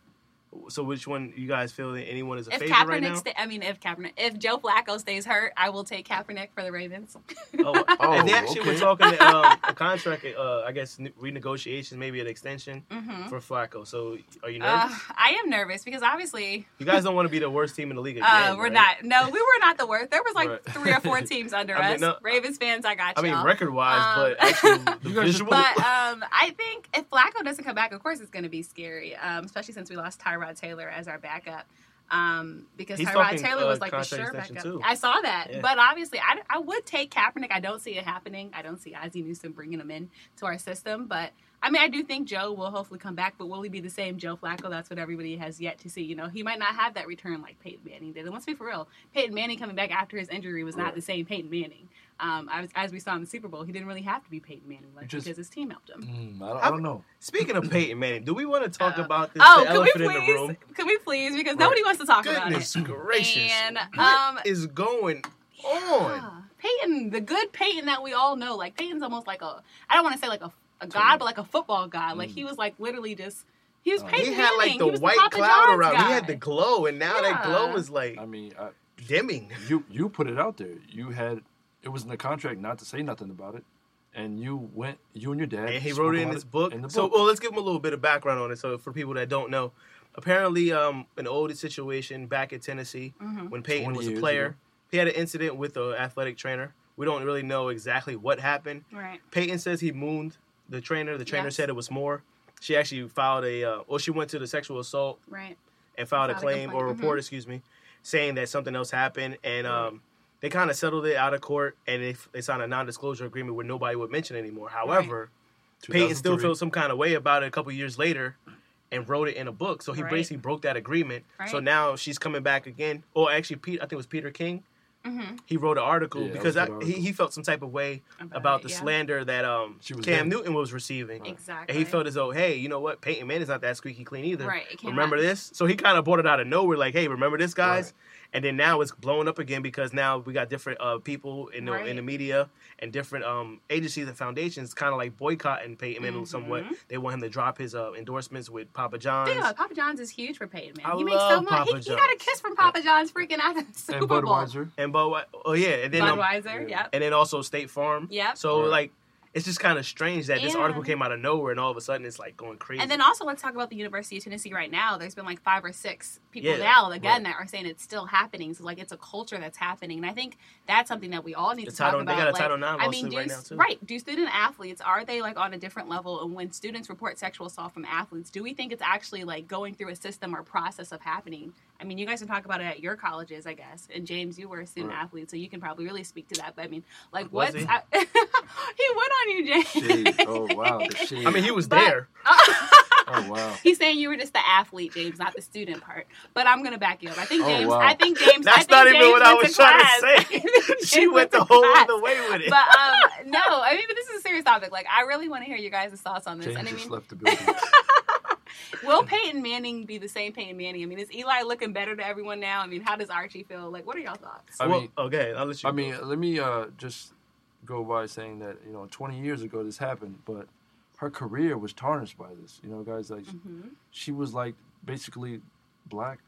S1: So, which one you guys feel that anyone is a
S4: if
S1: favorite right
S4: Kaepernick,
S1: now?
S4: sta- I mean, if Kaepernick, if Joe Flacco stays hurt, I will take Kaepernick for the Ravens.
S1: oh,
S5: Oh,
S1: and they actually were
S5: okay.
S1: talking um, a contract, uh, I guess ne- renegotiations, maybe an extension
S4: Mhm.
S1: for Flacco. So, are you nervous?
S4: Uh, I am nervous because obviously
S1: you guys don't want to be the worst team in the league again.
S4: uh, we're
S1: right?
S4: not. No, we were not the worst. There was like
S1: Right.
S4: three or four teams under
S1: I mean,
S4: us.
S1: no-
S4: Ravens fans, I got
S1: I
S4: you.
S1: mean, record wise,
S4: Um,
S1: but actually, the
S5: You guys just
S1: visual.
S4: But um, I think if Flacco doesn't come back, of course it's going to be scary, um, especially since we lost Tyrod Taylor as our backup. Um, because
S1: He's
S4: Tyrod
S1: talking,
S4: Taylor
S1: uh,
S4: was like the
S1: contract
S4: sure
S1: extension,
S4: backup.
S1: too.
S4: I saw that,
S1: Yeah.
S4: but obviously I, I would take Kaepernick. I don't see it happening. I don't see Ozzie Newsom bringing him in to our system, but. I mean, I do think Joe will hopefully come back, but will he be the same Joe Flacco? That's what everybody has yet to see. You know, he might not have that return like Peyton Manning did. And let's be for real, Peyton Manning coming back after his injury was not the same Peyton Manning. Um, as, as we saw in the Super Bowl, he didn't really have to be Peyton Manning like,
S5: just-
S4: because his team helped him.
S5: Mm, I, don't, I don't know.
S1: Speaking of Peyton Manning, do we want to talk about this?
S4: Oh,
S1: the
S4: could we
S1: elephant in the
S4: please?
S1: room.
S4: Could we please? Because nobody wants to talk
S1: Goodness
S4: about it.
S1: gracious!
S4: And, um,
S1: what is going on?
S4: Ah, Peyton, the good Peyton that we all know, like Peyton's almost like a I don't want to say like a, a god, but like a football god. Like he was like literally just he was Peyton
S1: Mm. Uh, He had like
S4: Manning.
S1: the
S4: He was
S1: white
S4: Papa
S1: cloud
S4: John's
S1: around.
S4: Guy.
S1: He had the glow, and now that
S4: Yeah.
S1: glow is like
S5: I mean, I,
S1: dimming.
S5: you you put it out there. You had it was in the contract not to say nothing about it, and you went. You and your dad.
S1: And he
S5: spoke
S1: wrote it in
S5: about
S1: his book.
S5: In the
S1: So,
S5: book.
S1: well, let's give him a little bit of background on it. So, for people that don't know, apparently, um, an older situation back in Tennessee
S4: Mm-hmm.
S1: when Peyton
S5: 20
S1: was a
S5: years
S1: player,
S5: ago.
S1: he had an incident with an athletic trainer. We don't really know exactly what happened.
S4: Right.
S1: Peyton says he mooned the trainer. The trainer
S4: Yes.
S1: said it was more. She actually filed a, uh, well, she went to the sexual assault
S4: Right.
S1: and filed a
S4: Filed a
S1: claim
S4: Mm-hmm.
S1: or
S4: complaint.
S1: report, excuse me, saying that something else happened. And um, they kind of settled it out of court and they, they signed a non disclosure agreement where nobody would mention it anymore. However, Peyton still
S5: 2003.
S1: feels some kind of way about it a couple years later and wrote it in a book. So he
S4: Right.
S1: basically broke that agreement. So
S4: Right.
S1: now she's coming back again. Or actually, Pete, I think it was Peter King. He wrote an article
S5: Yeah, that
S1: because
S5: was a
S1: I,
S5: good
S1: he,
S5: article.
S1: he felt some type of way about,
S4: Mm-hmm. About it,
S1: the
S4: yeah.
S1: slander that um,
S5: She was
S1: Cam
S5: getting.
S1: Newton was receiving. And
S4: Exactly.
S1: he felt as though, hey, you know what? Peyton Manning's not that squeaky clean either.
S4: Right, it came
S1: Remember
S4: out.
S1: this? So he kind of brought it out of nowhere, like, hey, remember this, guys?
S5: Right.
S1: And then now it's blown up again because now we got different uh, people in the in the
S4: Right.
S1: media and different um, agencies and foundations kind of like boycotting Peyton
S4: Mm-hmm.
S1: Manning somewhat. They want him to drop his uh, endorsements with Papa John's.
S4: Think about it, Papa John's is huge for Peyton Manning.
S1: I
S4: he makes so
S1: love
S4: much. He,
S1: Papa
S4: he got a
S1: John's.
S4: kiss from Papa John's freaking out of the Super
S5: and
S4: Bowl.
S5: Budweiser.
S1: And but oh yeah, and then um,
S4: Budweiser. Yep.
S1: and then also State Farm.
S4: Yep.
S1: So
S5: Right.
S1: like, it's just kind of strange that this
S4: And-
S1: article came out of nowhere and all of a sudden it's like going crazy.
S4: And then also let's talk about the University of Tennessee right now. There's been like five or six people
S1: Yeah,
S4: now again that are saying it's still happening. So like it's a culture that's happening, and I think that's something that we all need
S1: The
S4: to
S1: Title-
S4: talk
S1: they
S4: about.
S1: got a
S4: like,
S1: Title IX
S4: I mean,
S1: lawsuit
S4: do
S1: right now,
S4: s-
S1: too.
S4: right? Do student athletes are they like on a different level? And when students report sexual assault from athletes, do we think it's actually like going through a system or process of happening? I mean, you guys can talk about it at your colleges, I guess. And James, you were a student athlete, so you can probably really speak to that. But I mean, like,
S1: Was
S4: what's
S1: he?
S4: I- he went on you, James.
S5: Shade. Oh wow, the shade.
S1: I mean, he was
S4: But-
S1: there.
S5: Oh wow.
S4: He's saying you were just the athlete, James, not the student part. But I'm gonna back you up. I think
S5: Oh,
S4: James.
S5: wow.
S4: I think James. I
S1: That's
S4: think
S1: not even
S4: James
S1: what I
S4: went
S1: was trying to
S4: class.
S1: say. she
S4: James
S1: went the
S4: to
S1: whole
S4: class.
S1: other way with it.
S4: But um, no, I mean, but this is a serious topic. Like, I really want to hear you guys' thoughts on this.
S5: James
S4: and I
S5: just
S4: mean,
S5: left the building.
S4: will Peyton Manning be the same Peyton Manning? I mean, is Eli looking better to everyone now? I mean, how does Archie feel? Like, what are y'all thoughts?
S5: I
S1: well,
S5: mean-
S1: okay, I'll let you.
S5: I mean, let me uh, just go by saying that you know, 20 years ago this happened, but her career was tarnished by this. You know, guys, like
S4: Mm-hmm.
S5: she was like basically black,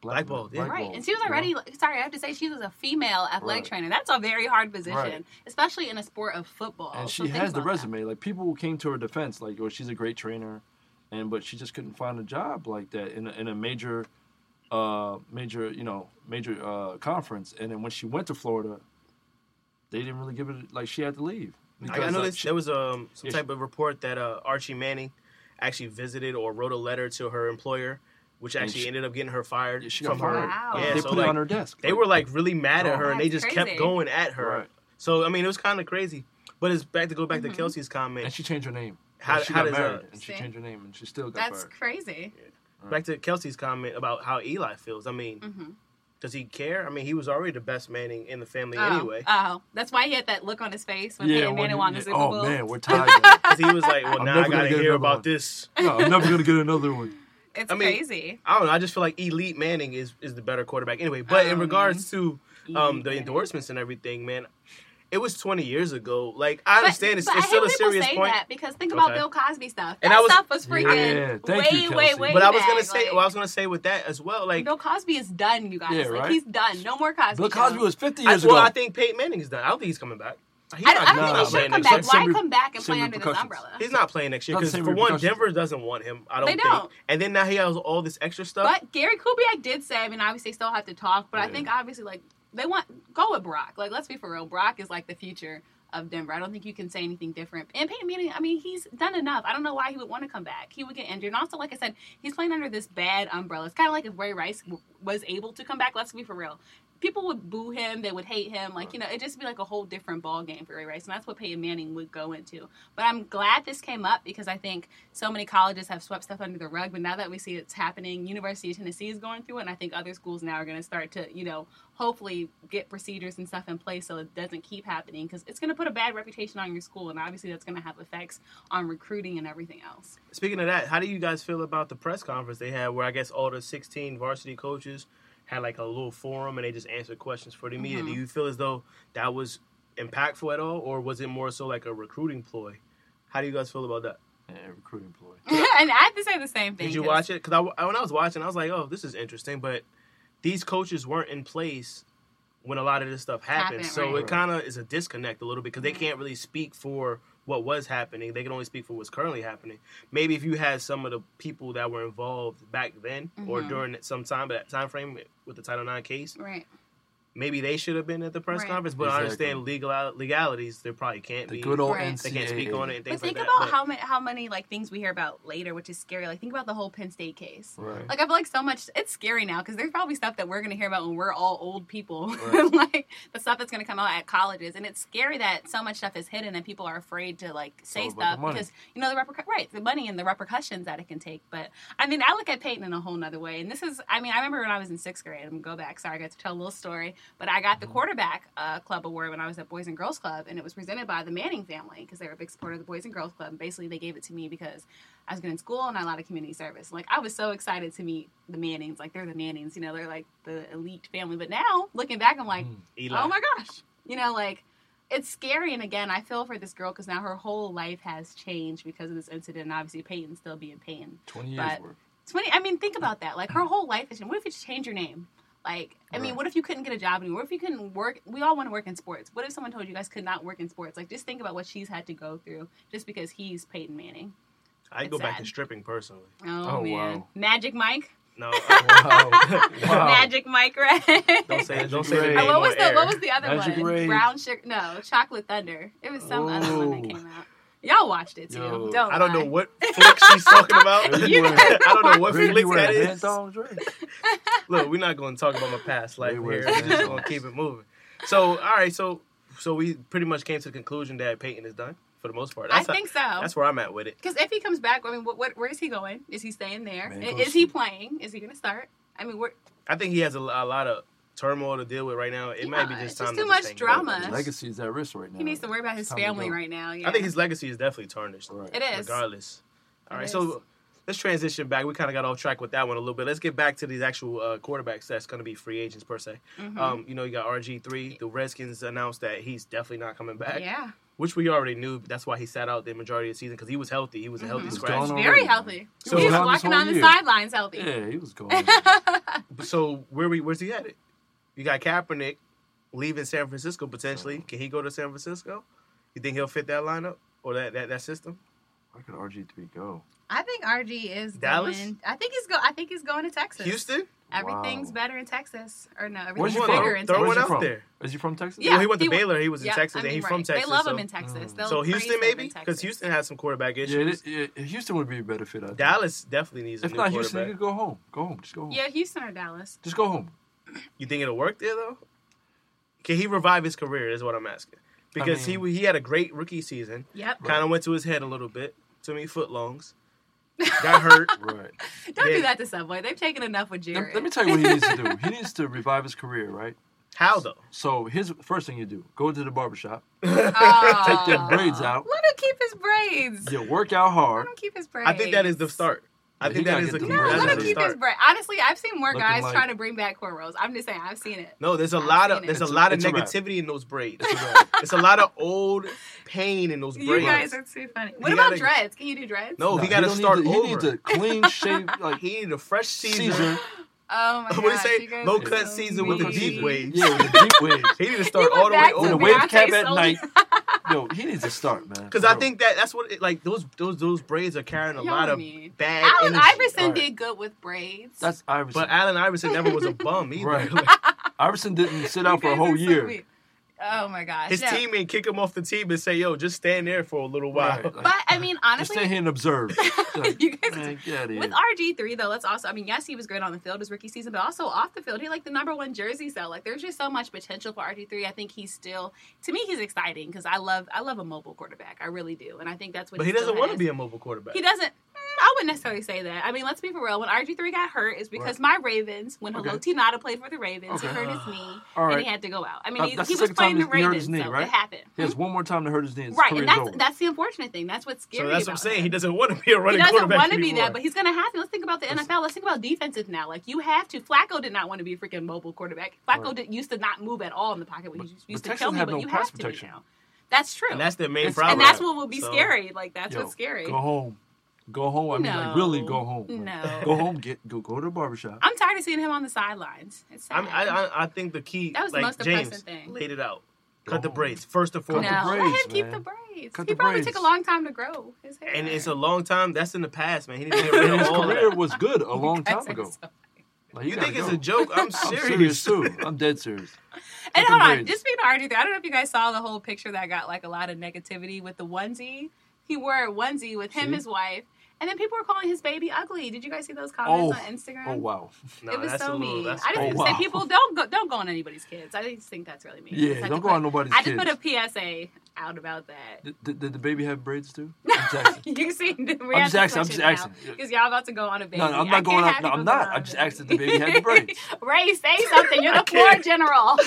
S5: black
S1: Blackballed, yeah.
S4: Right, and she was already. Sorry, I have to say, she was a female athletic
S5: Right.
S4: trainer. That's a very hard position,
S5: Right.
S4: especially in a sport of football.
S5: and
S4: So
S5: she
S4: think
S5: has the
S4: about that.
S5: resume. Like people came to her defense, like, "Oh, she's a great trainer," and but she just couldn't find a job like that in a, in a major, uh, major, you know, major uh, conference. And then when she went to Florida, they didn't really give it. Like she had to leave.
S1: I, I
S5: because, uh,
S1: know
S5: like,
S1: this,
S5: she-
S1: there was um, some
S5: Yeah,
S1: type of report that uh, Archie Manning actually visited or wrote a letter to her employer which actually
S5: she-
S1: ended up getting her fired
S5: Yeah, she got
S1: from her.
S5: fired.
S4: Wow. Oh,
S1: Yeah,
S5: They
S1: so
S5: put
S1: like,
S5: it on her desk.
S1: They were like really mad at her, and they
S4: That's
S1: just kept
S4: crazy.
S1: going at her.
S5: Right.
S1: So I mean, it was kind of crazy. But it's back to go
S4: Mm-hmm.
S1: back to Kelsey's
S5: and
S1: comment.
S5: she changed her name.
S1: How-
S5: Like, she
S1: how
S5: got
S1: does uh,
S5: married
S1: that-
S5: and she
S4: See?
S5: changed her name and she still got
S4: That's
S5: fired.
S4: crazy.
S1: Back to Kelsey's comment about how Eli feels. I mean,
S4: Mm-hmm.
S1: does he care? I mean, he was already the best man in, in the family
S4: Oh,
S1: anyway.
S4: oh, that's why he had that look on his face when Peyton
S5: when
S4: Manning
S5: you-
S4: won the
S5: yeah,
S4: Super
S5: oh
S4: Bowl.
S5: man, we're tied. now.
S1: Because he was like, "Well,
S5: I'm
S1: now
S5: never
S1: I
S5: gonna
S1: gotta
S5: get
S1: hear
S5: another
S1: about
S5: one.
S1: this."
S5: no, I'm never gonna get another one.
S4: It's
S1: I mean,
S4: crazy.
S1: I don't know. I just feel like elite Manning is is the better quarterback anyway. But in regards to um, the endorsements and everything, man, it was 20 years ago. Like I understand it's,
S4: but
S1: it's
S4: I
S1: still a
S4: hate when
S1: serious
S4: people say
S1: point.
S4: that because think about
S1: Okay.
S4: Bill Cosby stuff.
S1: And
S4: that
S1: I was-
S4: stuff was freaking
S5: Yeah, thank
S4: way,
S5: you,
S4: way,
S5: Kelsey.
S4: way.
S1: But I was gonna
S4: back,
S1: say,
S4: like,
S1: well, I was gonna say with that as well. Like,
S4: Bill Cosby is done, you guys.
S5: Yeah,
S4: Like
S5: right?
S4: he's done. No more Cosby.
S5: Bill
S4: show.
S5: Cosby was 50
S1: I,
S5: years
S1: well,
S5: ago.
S1: I think Peyton Manning is done. I don't think he's coming back. He's
S4: I don't, I
S1: not-
S4: don't
S5: Nah,
S4: think he should
S1: playing
S4: come
S1: next
S4: back.
S1: year.
S4: Why
S5: Same-
S4: come back and play
S5: same
S4: under this
S5: repercussions.
S4: umbrella?
S1: He's not playing next year
S5: Not the
S1: because
S5: same
S1: for one,
S5: repercussions.
S1: Denver doesn't want him. I don't
S4: They
S1: think.
S4: don't.
S1: And then now he has all this extra stuff.
S4: But Gary Kubiak did say, I mean, obviously, they still have to talk, but I think obviously, like, they want go with Brock. Like, let's be for real, Brock is like the future of Denver. I don't think you can say anything different. And Peyton Manning, I mean, he's done enough. I don't know why he would want to come back. He would get injured, and also, like I said, he's playing under this bad umbrella. It's kind of like if Ray Rice w- was able to come back. Let's be for real. People would boo him. They would hate him. Like you know, it'd just be like a whole different ball game for Ray Rice, and that's what Peyton Manning would go into. But I'm glad this came up because I think so many colleges have swept stuff under the rug. But now that we see it's happening, University of Tennessee is going through it, and I think other schools now are going to start to, you know, hopefully get procedures and stuff in place so it doesn't keep happening because it's going to put a bad reputation on your school, and obviously that's going to have effects on recruiting and everything else.
S1: Speaking of that, how do you guys feel about the press conference they had where I guess all the 16 varsity coaches had like a little forum and they just answered questions for the media? Do you feel as though that was impactful at all or was it more so like a recruiting ploy? How do you guys feel about that?
S5: Yeah, recruiting employee.
S4: and I have to say the same thing.
S1: Did you
S4: 'cause-
S1: watch it? Because I, when I was watching, I was like, oh, this is interesting, but these coaches weren't in place when a lot of this stuff happened.
S4: Happened,
S1: so
S4: right. Mm-hmm.
S1: it kind of is a disconnect a little bit because they can't really speak for what was happening. They can only speak for what's currently happening. Maybe if you had some of the people that were involved back then or
S4: Mm-hmm.
S1: during some time, that time frame with the Title IX case,
S4: Right.
S1: maybe they should have been at the press
S4: Right.
S1: conference. But I
S5: Exactly.
S1: understand legal legalities, there probably can't
S5: The
S1: be.
S5: good old
S4: Right.
S5: NCAA.
S1: they can't speak on it and things
S4: but think
S1: like
S4: about
S1: that.
S4: how many how many like things we hear about later, which is scary. Like think about the whole Penn State case.
S5: Right.
S4: Like I feel like so much it's scary now because there's probably stuff that we're gonna hear about when we're all old people,
S5: Right.
S4: like the stuff that's gonna come out at colleges, and it's scary that so much stuff is hidden and people are afraid to like say
S5: all about the
S4: stuff
S5: money.
S4: because you know the repercu- right the money and the repercussions that it can take. But I mean, I look at Peyton in a whole nother way, and this is I mean I remember when I was in sixth grade. I'm gonna go back. Sorry, I got to tell a little story, but I got the quarterback uh, club award when I was at Boys and Girls Club, and it was presented by the Manning family because they were a big supporter of the Boys and Girls Club. And basically, they gave it to me because I was good in school and I had a lot of community service. Like I was so excited to meet the Mannings. Like they're the Mannings, you know, they're like the elite family. But now looking back, I'm like,
S1: Eli.
S4: oh my gosh, you know, like it's scary. And again, I feel for this girl because now her whole life has changed because of this incident. And obviously, Peyton's still being Peyton.
S5: 20 years
S4: But-
S5: worth.
S4: Twenty. I mean, think about that. Like her whole life is. What if you just change your name? Like, I mean,
S5: Right.
S4: what if you couldn't get a job anymore? What if you couldn't work? We all want to work in sports. What if someone told you guys could not work in sports? Like, just think about what she's had to go through just because he's Peyton Manning.
S1: I go back
S4: sad.
S1: to stripping personally.
S4: Oh,
S5: Oh,
S4: man,
S5: wow.
S4: Magic Mike,
S1: No, I-
S5: Wow. wow.
S4: Magic Mike, right?
S1: don't say don't say
S5: Ray.
S1: the
S4: Oh,
S1: name
S4: what
S1: on
S4: was the
S1: air.
S4: What was the other
S5: Magic
S4: one?
S5: Ray.
S4: Brown sugar? No, Chocolate Thunder. It was some other one that
S5: Oh.
S4: came out. Y'all watched it too.
S5: Yo.
S4: Don't
S1: I don't know
S4: lie.
S1: what flick she's talking about.
S5: You guys
S1: I don't know what
S5: Really
S1: flick
S5: were
S1: that
S5: hand
S1: is.
S5: thongs, right?
S1: Look, we're not going to talk about my past life
S5: They
S1: here.
S5: were
S1: We're
S5: hand
S1: just going
S5: thongs.
S1: to keep it moving. So, all right, so so we pretty much came to the conclusion that Peyton is done for the most part.
S4: I
S1: That's how-
S4: think so.
S1: That's where I'm at with it.
S4: Because if he comes back, I mean, what, what, where is he going? Is he staying there?
S5: Man,
S4: I-
S5: go
S4: is he
S5: sleep.
S4: playing? Is he going to start? I mean, we're,
S1: I think he has a, a lot of turmoil to deal with right now. It might be
S4: Yeah,
S1: just
S4: it's
S1: time
S4: just
S1: to
S4: too much
S1: hang it up.
S4: drama.
S5: His legacy is at risk right now.
S4: he needs to worry about his family right now. Yeah.
S1: I think his legacy is definitely tarnished.
S5: Right.
S4: It is.
S1: Regardless. All
S4: It
S1: right,
S4: is.
S1: so let's transition back. We kind of got off track with that one a little bit. Let's get back to these actual uh, quarterbacks that's going to be free agents per se.
S4: Mm-hmm.
S1: Um, you know, you got RG three. The Redskins announced that he's definitely not coming back.
S4: Yeah.
S1: which we already knew. but That's why he sat out the majority of the season because he was healthy. He was a healthy
S4: Mm-hmm.
S5: gone
S1: scratch.
S5: already.
S4: Very healthy.
S1: So
S4: he's
S5: how-
S4: walking
S5: this whole
S4: on the
S5: year?
S4: sidelines healthy.
S5: Yeah, he was going.
S1: So where we where's he at? It you got Kaepernick leaving San Francisco potentially. Can he go to San Francisco? You think he'll fit that lineup or that that, that system?
S5: Where could RG three go?
S4: I think RG is
S1: Dallas?
S4: going. I think he's go. I think he's going to Texas.
S1: Houston?
S4: Everything's
S5: Wow.
S4: better in Texas, or no?
S5: Where's
S4: Everything's
S5: he
S1: you
S5: from?
S4: bigger in
S1: Throw one
S4: Texas.
S5: Where's he
S1: out
S5: from?
S1: there.
S5: Is he from Texas?
S1: Yeah. Well, he went to Baylor, he was in Texas, and he's from Texas,
S4: They love
S1: so-
S4: him in Texas. They'll
S1: So
S4: praise
S1: Houston,
S4: him in
S1: maybe?
S4: Texas.
S1: Because Houston has some quarterback
S5: Yeah, it
S1: issues.
S5: is- yeah, Houston would be a better fit. I think.
S1: Dallas definitely needs a
S5: If
S1: new
S5: not
S1: quarterback.
S5: Houston, you could go home. Go home. Just go home.
S4: Yeah, Houston or Dallas.
S5: Just go home.
S1: You think it'll work there though? Can he revive his career? Is what I'm asking. Because he he had a great rookie season.
S4: Yep.
S1: Kind of went to his head a little bit. Too many footlongs. Got hurt.
S5: Right.
S4: Don't
S1: Yeah.
S4: do that to Subway. They've taken enough with
S5: let,
S4: Jared.
S5: let me tell you what he needs to do. He needs to revive his career, right?
S1: How though?
S5: So his first thing you do, go to the barbershop,
S4: Aw.
S5: take them braids out,
S4: Ah. Let him keep his braids.
S5: you work out hard.
S4: Let him keep his braids.
S1: I think that is the start. I
S5: Yeah,
S1: think
S5: he
S1: that
S5: gotta
S1: is
S5: get
S1: the
S5: them
S4: No,
S5: braids
S1: that
S4: let
S1: is
S4: him
S1: the
S5: out.
S4: keep his
S1: start.
S4: braids. Honestly, I've seen more
S5: Looking
S4: guys
S5: like-
S4: trying to bring back cornrows. I'm just saying, I've seen it.
S1: No, there's a
S4: I've
S1: lot of
S4: seen it.
S1: there's a
S5: It's a-
S1: lot of
S5: it's a wrap.
S1: negativity in those braids. It's a lot of old pain in those
S4: You
S1: braids.
S4: guys are too funny. What
S1: He
S4: about
S1: gotta-
S4: dreads? Can you do dreads?
S1: no,
S5: No,
S1: Oh, he got to
S5: don't need
S1: start
S5: to-
S1: over.
S5: He needs a clean shaved like
S1: He need a fresh season.
S5: Caesar.
S4: Oh my god.
S1: What do you say?
S4: guys
S1: Low
S4: are
S1: cut
S4: so
S1: Caesar
S5: Look
S1: with the
S5: at
S4: mean.
S1: deep
S5: Caesar.
S1: waves.
S5: Yeah, with the deep waves.
S1: He need to start
S4: went
S1: all the
S4: back
S1: way
S4: to
S5: With
S1: over.
S5: a
S4: Beyonce
S5: wave cap at
S4: Soldier.
S5: night. Yo, he needs to start, man.
S1: Because I think that that's what it, like those those those braids are carrying a
S4: Y'all
S1: lot of
S4: mean.
S1: bad.
S4: Allen
S1: energy.
S4: Iverson
S5: Right.
S4: did good with braids.
S5: that's Iverson.
S1: But Allen Iverson never was a bum either.
S5: Right.
S1: Like,
S5: Iverson didn't sit
S4: You
S5: out for a
S4: guys
S5: whole
S4: are so
S5: year.
S4: weird. Oh my gosh.
S1: his
S4: no.
S1: team teammate kick him off the team and say, "Yo, just stand there for a little while."
S5: Right, like,
S4: But I mean,
S5: just stay
S4: honestly,
S5: here and observe. Like,
S4: you guys.
S5: man, get outta
S4: With
S5: here.
S4: RG three though, let's also I mean, yes, he was great on the field his rookie season, but also off the field, he like the number one jersey sell. Like there's just so much potential for RG three. I think he's still to me he's exciting because I love I love a mobile quarterback. I really do. And I think that's what
S1: But he doesn't want to be
S4: a
S1: a mobile quarterback.
S4: he doesn't mm, I wouldn't necessarily say that. I mean, let's be for real. When RG three got hurt, it's because my Ravens, when
S5: Okay.
S4: Hello Tinata played for the Ravens, he
S5: Okay.
S4: hurt his knee
S5: All
S4: and
S5: right.
S4: he had to go out. I mean,
S5: Uh,
S4: he,
S5: that's
S4: he
S5: the
S4: was
S5: second time
S4: playing the
S5: he's hurt
S4: Ravens,
S5: his knee,
S4: so
S5: right?
S4: it happened. Hmm?
S5: He has one more time to hurt his knee. His
S4: Right,
S5: career's
S4: and that's
S5: over.
S4: that's the unfortunate thing. That's what's
S1: so
S4: scary.
S1: that's what I'm
S4: about
S1: saying.
S4: him
S1: He doesn't want to be a running
S4: he doesn't
S1: quarterback
S4: want to be
S1: anymore.
S4: that, but he's going to have to. Let's think about the NFL. Let's think about defensive now. Like you have to. Flacco did not want to be a freaking mobile quarterback. Flacco
S5: Right.
S4: did, used to not move at all in the pocket. He
S5: But-
S4: used
S5: but
S4: to
S5: Texans
S4: kill me,
S5: have
S4: but
S5: no
S4: you
S5: pass
S4: have to be
S5: protection.
S4: now. That's true.
S1: and that's their main
S5: And
S1: problem.
S4: And that's what will be
S1: So,
S4: scary. Like that's
S5: Yo,
S4: what's scary.
S5: Go home. Go home. I mean, like, really go home. Like,
S4: No.
S5: Go home. Get go go to the barbershop.
S4: I'm tired of seeing him on the sidelines. It's sad.
S1: I'm, I, I I think the key
S4: That was the
S1: like
S4: most depressing
S1: James
S4: thing.
S1: laid it out. Cut the
S5: Oh.
S1: braids first and
S5: Cut
S1: foremost.
S5: the
S4: no,
S5: braids,
S4: let him keep
S5: man.
S4: the braids.
S5: Cut
S4: he
S5: the
S4: probably
S5: braids.
S4: took a long time to grow his hair.
S1: And it's a long time. That's in the past, man. He didn't get rid
S5: And
S1: of
S5: his
S1: all that.
S5: career was good a long
S4: That's
S5: time ago.
S4: so-
S5: Like,
S1: You
S5: gotta
S1: think it's
S5: go.
S1: a joke? I'm
S5: I'm
S1: serious.
S5: serious too. I'm dead serious. Cut
S4: And
S5: the
S4: hold on,
S5: braids.
S4: just being already there. I don't know if you guys saw the whole picture that got like a lot of negativity with the onesie. He wore a onesie with him,
S5: See?
S4: his wife, and then people were calling his baby ugly. Did you guys see those comments
S5: Oh.
S4: on Instagram?
S5: Oh wow.
S1: No,
S4: it was
S1: that's
S4: so
S1: a little,
S4: mean.
S1: That's
S4: I just
S5: Oh,
S4: think
S5: wow.
S4: say people don't go don't go on anybody's kids. I just think that's really mean.
S5: Yeah,
S4: Just had to
S5: don't go
S4: put-
S5: on nobody's
S4: I just
S5: kids.
S4: put a PSA out about that.
S5: Did, did, did the baby have braids too? I'm Jackson.
S4: You see, we
S5: I'm
S4: have
S5: just asking, I'm just asking.
S4: because y'all about to go on a baby.
S5: No, no, I'm
S4: I
S5: not
S4: can't
S5: going on-
S4: have
S5: no,
S4: people
S5: I'm
S4: go
S5: not.
S4: on
S5: I
S4: a
S5: just
S4: baby.
S5: asked if the baby had the braids.
S4: Ray, say something. You're the floor
S1: can't.
S4: general.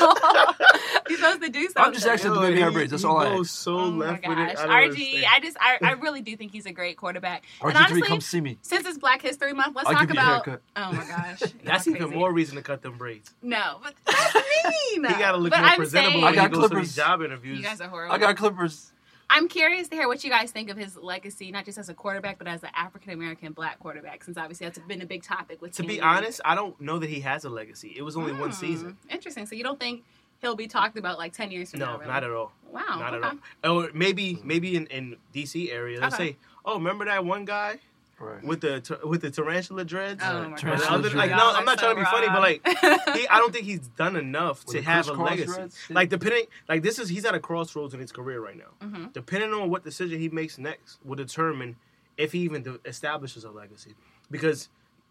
S4: You're supposed to do something.
S5: I'm just asking if the baby
S1: Yo,
S5: had
S1: he-
S5: braids. That's
S1: he
S5: all I
S1: goes
S5: asked.
S1: so
S4: Oh my
S1: left with it.
S4: gosh,
S1: I don't
S4: RG!
S1: understand.
S4: I just, I, I really do think he's a great quarterback. And
S5: RG3,
S4: honestly,
S5: come see me.
S4: since it's Black History Month, let's
S5: I'll
S4: talk
S5: give you a
S4: about.
S5: haircut.
S4: Oh my gosh,
S1: That's
S4: y'all
S1: even
S4: crazy.
S1: more reason to cut them braids.
S4: No, but that's mean.
S1: He gotta look
S4: but
S1: more
S4: I'm
S1: presentable
S4: saying-
S1: when
S5: I got
S1: he goes to
S5: clippers.
S1: these job interviews.
S4: You guys are horrible.
S5: I got clippers.
S4: I'm curious to hear what you guys think of his legacy, not just as a quarterback, but as an African American black quarterback, since obviously that's been a big topic with.
S1: to be
S4: Cam Newton.
S1: honest, I don't know that he has a legacy. It was only
S4: Mm.
S1: one season.
S4: interesting. So you don't think he'll be talked about like ten years from now?
S1: No,
S4: really?
S1: not at all.
S4: Wow,
S1: Not
S4: okay.
S1: at all. Or maybe maybe in, in DC area, they
S4: Okay.
S1: say, "Oh, remember that one guy
S5: Right.
S1: with the tar- with the tarantula dreads?"
S4: Oh my
S1: And
S5: Tarantula
S1: I was
S4: god!
S5: dreads.
S1: like, no,
S4: Y'all
S1: I'm
S4: are
S1: not
S4: so
S1: trying to be funny, but
S4: wrong.
S1: like, he, I don't think he's done enough
S5: With
S1: to
S5: the
S1: have a
S5: crisscross
S1: legacy.
S5: dreads?
S1: Like, depending, like this is he's at a crossroads in his career right now.
S4: Mm-hmm.
S1: Depending on what decision he makes next will determine if he even de- establishes a legacy. Because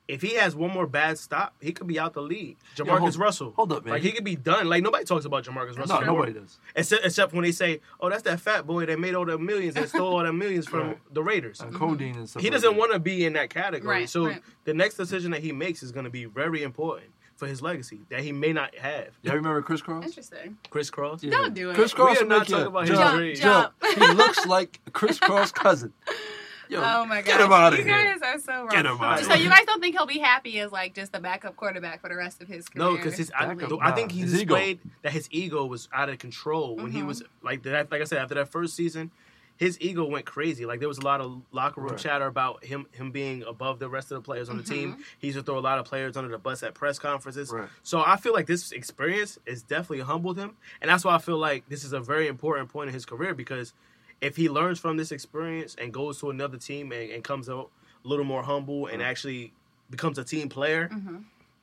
S1: if he has one more bad stop, he could be out the league.
S5: Yeah,
S1: Jamarcus
S5: hold-
S1: Russell,
S5: hold up, man.
S1: Like he could be done. Like nobody talks about Jamarcus Russell.
S5: No,
S1: anymore.
S5: nobody does.
S1: Except, except when they say, "Oh, that's that fat boy that made all the millions and stole all the millions from
S5: Right.
S1: the Raiders."
S5: And Uh, codeine and stuff.
S1: He
S5: like
S1: doesn't
S5: that.
S1: want to be in that category.
S4: Right,
S1: so
S4: right.
S1: the next decision that he makes is going to be very important for his legacy that he may not have.
S5: Y'all remember crisscross?
S4: Interesting.
S1: Crisscross.
S5: Yeah.
S4: Don't do it.
S5: Crisscross
S1: We are
S5: will
S1: not
S5: make you
S1: talking about his
S5: jump,
S1: grades.
S5: jump. he looks like crisscross cousin. Yo,
S4: Oh my god!
S5: Get him out of
S4: you
S5: here.
S4: guys are so wrong.
S5: Get him out of
S4: so
S5: here.
S4: you guys don't think he'll be happy as like just the backup quarterback for the rest of his career?
S1: No, because his I,
S5: Back up,
S1: th- I think
S5: nah.
S1: he
S5: His ego.
S1: displayed that his ego was out of control when he was like that. Like I said, after that first season, his ego went crazy. Like there was a lot of locker room
S5: Right.
S1: chatter about him him being above the rest of the players on the team. He used to throw a lot of players under the bus at press conferences.
S5: Right.
S1: So I feel like this experience has definitely humbled him, and that's why I feel like this is a very important point in his career because if he learns from this experience and goes to another team and, and comes out a little more humble and actually becomes a team player,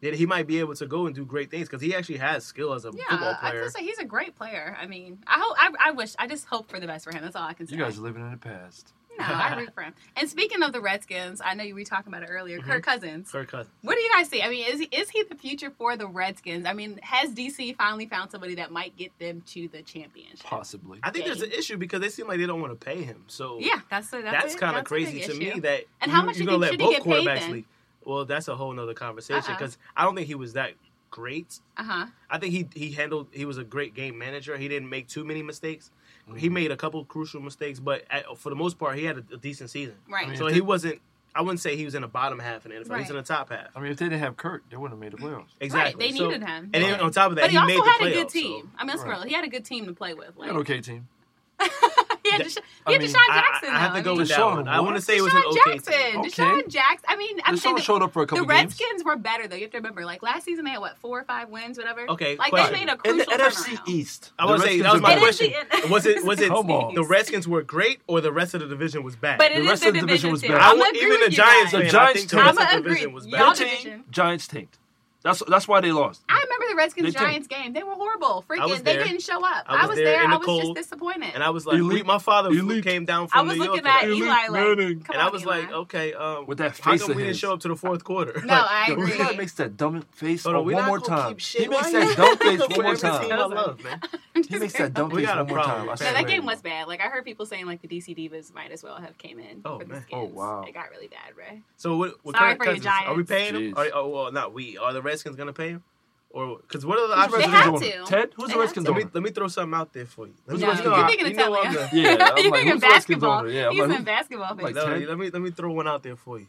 S1: then he might be able to go and do great things because he actually has skill as a football
S4: Yeah, I
S1: player.
S4: feel like he's a great player. I mean, I hope I, I wish I just hope for the best for him. That's all I can say.
S5: You guys are living in the past.
S4: no, I root for him. And speaking of the Redskins, I know you were talking about it earlier.
S5: Mm-hmm.
S4: Kirk Cousins.
S1: Kirk Cousins.
S4: What do you guys see? I mean, is he, is he the future for the Redskins? I mean, has DC finally found somebody that might get them to the championship?
S5: Possibly.
S1: I think there's an issue because they seem like they don't want to pay him. So
S4: Yeah, that's a, that's,
S1: that's
S4: a-
S1: kind of
S4: that's a
S1: crazy
S4: big
S1: to
S4: issue.
S1: me that
S4: and
S1: you,
S4: how much
S1: you're
S4: did
S1: gonna
S4: he,
S1: let
S4: should
S1: both
S4: he get paid
S1: quarterbacks
S4: then?
S1: leave. Well, that's a whole nother conversation
S4: Uh-uh.
S1: because I don't think he was that great.
S4: Uh huh.
S1: I think he he handled he was a great game manager. He didn't make too many mistakes. He made a couple crucial mistakes, but at, for the most part, he had a, a decent season.
S4: Right. I mean,
S1: so
S5: if
S1: he
S5: it-
S1: wasn't. I wouldn't say he was in the bottom half in the NFL. He's
S4: Right.
S1: in the top half.
S5: I mean, if they didn't have Kirk, they wouldn't have made the playoffs.
S1: Exactly.
S4: Right. They
S1: So-
S4: needed him.
S1: And then on top of that,
S4: but he,
S1: made
S4: also
S1: the
S4: had a
S1: playoffs,
S4: good
S1: so-
S4: team. I mean, that's
S5: Right.
S4: real. He had a good team to play with.
S5: They
S4: Like,
S5: had an okay team.
S4: he had,
S1: That-
S4: Desha-
S5: I
S4: he had
S5: mean,
S4: Deshaun
S1: I-
S4: Jackson.
S1: I, I have
S4: though.
S1: to go
S4: mean,
S1: with that
S5: Deshaun
S1: one. I want to
S5: what?
S1: say it was an
S4: Deshaun
S1: okay
S4: Jackson.
S1: team.
S5: Okay.
S4: Deshaun Jackson. I mean, I'm saying
S5: Deshaun
S4: the-
S5: showed up for a couple
S4: the
S5: games.
S4: Redskins were better though. You have to remember, like last season they had what four or five wins, whatever.
S1: Okay,
S4: like
S1: question.
S4: they made a
S5: In
S4: crucial
S5: the NFC
S4: turnaround.
S5: East.
S1: I
S5: the
S1: want to say
S5: Redskins
S1: that was
S5: are
S1: my
S5: better.
S1: question.
S4: It is the-
S1: Was it was it
S5: Come on.
S1: the Redskins were great or the rest of the division was bad?
S4: But it
S5: The
S4: is
S5: rest
S4: the
S5: of the division was
S4: too.
S5: better.
S1: I
S4: I'm
S1: would-
S4: gonna agree
S1: even the
S4: with you
S1: Giants,
S4: guys.
S5: The
S1: fan, I
S5: Giants
S1: think the
S5: too.
S1: rest of
S4: I'ma
S1: the division
S4: agree.
S1: was
S4: Y'all
S5: Their
S1: bad.
S4: did-
S5: team,
S4: division.
S5: Giants tanked. That's that's why they lost.
S4: I remember the Redskins
S5: They didn't.
S4: Giants game. They were horrible.
S1: I was
S4: Freaking, they
S1: there.
S4: didn't show up.
S1: I was
S4: I was
S1: there
S4: there.
S1: in
S4: I
S1: the
S4: was
S1: cold,
S4: just disappointed.
S1: And I was like, we-
S5: Elite.
S1: my father flew-
S5: Elite.
S1: came down from
S4: I was
S1: New
S4: looking
S1: York.
S4: at
S1: for that.
S5: Eli
S4: Eli like,
S5: Manning.
S4: come
S1: and I
S4: on,
S1: was
S4: Eli.
S1: like, okay, um,
S5: With that
S1: how
S5: face
S1: come
S5: of
S1: we didn't
S5: his.
S1: show up to the fourth quarter?
S4: No, I
S5: Yo,
S4: agree.
S5: Eli makes that dumb face
S1: Hold on, we
S5: one
S1: not
S5: more
S1: gonna
S5: time.
S1: keep shit.
S5: He makes
S1: Why
S5: that
S1: you
S5: dumb
S1: gotta
S5: face
S1: cook for
S5: one more
S1: every team I
S5: time.
S1: love, man.
S5: He makes that dumb
S1: We
S5: face
S1: got a
S5: one more
S1: problem.
S5: time. I
S1: Yeah,
S4: No,
S5: swear.
S4: that game was bad. Like I heard people saying, like the DC Divas might as well have came in.
S1: Oh,
S4: for
S1: man.
S4: this
S5: Oh,
S4: game.
S5: wow.
S4: It got really bad, Ray.
S1: So what? what
S4: Sorry
S1: Kirk
S4: for your
S1: Cousins, Are we
S4: Giants.
S1: paying him? Are,
S5: Jeez.
S1: oh well, not we. Are the Redskins gonna pay him? Or because what are the
S5: Who's
S1: options?
S5: the
S4: They
S1: we
S5: Redskins
S1: got?
S4: have
S5: owner?
S4: to.
S5: Ted, who's the
S4: They have
S5: Redskins
S4: to.
S1: Let me
S5: owner?
S1: let me throw something out there for you. Let me
S4: No,
S1: throw something
S4: you're
S1: out-
S4: thinking
S1: you
S4: of
S1: know
S4: Talia.
S1: I'm the-
S5: Yeah, I'm
S4: You're
S5: like,
S4: thinking
S5: who's the Redskins
S4: basketball.
S5: owner? Yeah, I'm
S4: He's
S5: like,
S4: in
S5: who-
S4: basketball.
S5: like,
S4: phase.
S1: No,
S5: Ted?
S1: let me let me throw one out there for you.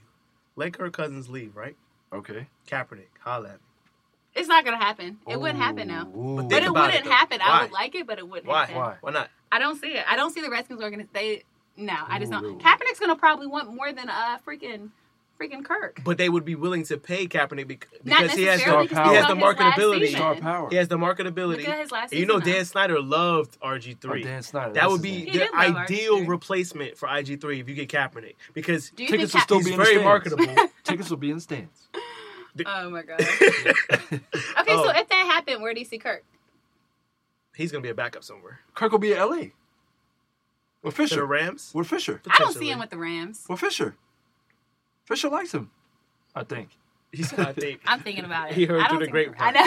S1: Let Kirk Cousins leave, right?
S5: Okay.
S1: Kaepernick, holla at me.
S4: It's not gonna happen. It wouldn't happen now.
S5: Ooh.
S1: But
S4: But
S1: Think
S4: it
S1: about it,
S4: wouldn't
S1: though.
S4: happen. I would
S1: Why?
S4: like it, but it wouldn't
S1: Why?
S4: happen.
S5: Why?
S1: Why not?
S4: I don't see it. I don't see the Redskins are gonna stay. No, I just
S5: Ooh.
S4: don't. Kaepernick's gonna probably want more than uh freaking freaking Kirk.
S1: But they would be willing to pay Kaepernick bec-
S4: Not
S1: because he has
S4: necessarily,
S1: the,
S5: star
S4: 'cause
S1: he has
S5: power.
S4: this
S1: the
S4: is his last
S1: marketability.
S4: season.
S5: Star power.
S1: He has the marketability.
S4: Look at his last
S1: And you know,
S4: season,
S1: Dan
S4: though.
S1: Snyder loved RG3.
S5: Oh, Dan Snyder,
S1: That
S5: that's
S1: would
S5: his
S1: be
S5: name.
S4: He
S1: the
S4: did love
S1: ideal
S4: RG3.
S1: replacement for IG3 if you get Kaepernick because
S4: Do you
S5: Tickets will
S4: think Ka-
S5: still
S1: he's
S5: be in
S1: very
S5: the stands.
S1: marketable.
S5: Tickets will be in the stands.
S4: Oh my god. okay,
S1: Oh.
S4: so if that happened, where do you see Kirk?
S1: he's going to be a backup somewhere.
S5: Kirk will be at LA. With
S1: To the
S5: Fisher.
S1: Rams?
S5: With Fisher.
S4: I don't see
S1: Potentially.
S4: him with the Rams.
S5: With Fisher. Fisher likes him. I think.
S1: He's, I think.
S4: I'm thinking about it.
S1: He heard
S4: I don't
S1: through the
S4: think-
S1: grapevine.
S4: I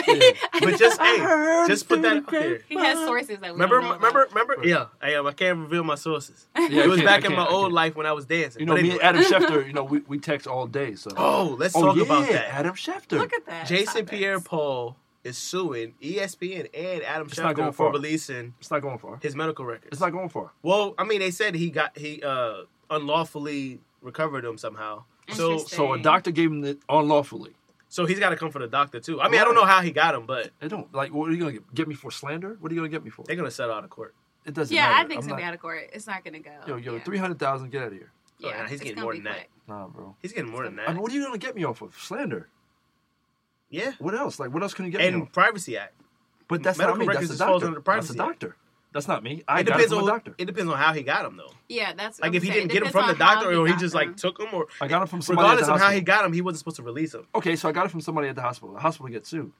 S4: know.
S1: But just, hey,
S5: heard
S1: just put that
S5: through
S1: out there.
S4: he has sources that we
S1: Remember,
S4: don't know about.
S1: remember, remember? Yeah, I am. I can't reveal my sources.
S5: I
S1: it was
S5: can't,
S1: back
S5: I
S1: in
S5: can't,
S1: my
S5: I
S1: old
S5: can't.
S1: life when I was dancing.
S5: You know,
S1: But
S5: me
S1: anyway.
S5: and Adam Schefter, you know, we, we text all day, so
S1: Oh, let's
S5: Oh,
S1: talk
S5: yeah,
S1: about that.
S5: Adam Schefter.
S4: Look at that.
S1: Jason
S4: topic.
S1: Pierre Paul is suing E ESPN and Adam
S5: It's not going
S1: Schefter for
S5: far.
S1: releasing
S5: It's not going far.
S1: his medical records.
S5: It's not going far.
S1: Well, I mean, they said he got he uh unlawfully recovered them somehow. So
S4: Interesting.
S5: So a doctor gave him it unlawfully.
S1: so he's got to come for the doctor too. I mean, I don't know how he got him, but
S5: They don't like. What are you gonna get, get me for slander? What are you gonna get me for?
S1: they're gonna settle out of court.
S5: It doesn't
S4: Yeah,
S5: matter.
S4: I think it's
S5: I'm
S4: gonna be
S5: not-
S4: out of court. It's not gonna go.
S5: Yo, yo,
S4: yeah.
S5: three hundred thousand. Get out of here.
S4: Yeah,
S1: Oh, nah, he's
S4: it's
S1: getting
S4: gonna
S1: more
S4: be
S1: than that.
S4: quick.
S5: Nah, bro.
S1: He's getting more than that.
S5: I mean, what are you gonna get me off of slander?
S1: yeah,
S5: What else? Like, what else can you get me
S1: and
S5: off?
S1: Privacy Act.
S5: But that's
S1: medical
S5: not me. That's
S1: records
S5: a
S1: just falls
S5: doctor.
S1: under the
S5: that's a
S1: Privacy Act.
S5: doctor. That's not me.
S1: It
S5: I got it
S1: depends
S5: from
S1: on
S5: a doctor.
S1: it depends on how he got him though.
S4: Yeah, that's what
S1: Like
S4: I'm
S1: if he
S4: saying.
S1: didn't
S4: It
S1: get him
S4: depends
S1: from the
S4: on how
S1: doctor, or he
S4: got
S1: just
S4: them.
S1: like took him, or
S5: I got him from somebody at
S1: regardless
S5: the
S1: of how he
S5: hospital.
S1: got him, he wasn't supposed to release him.
S5: Okay, so I got it from somebody at the hospital. The hospital gets sued.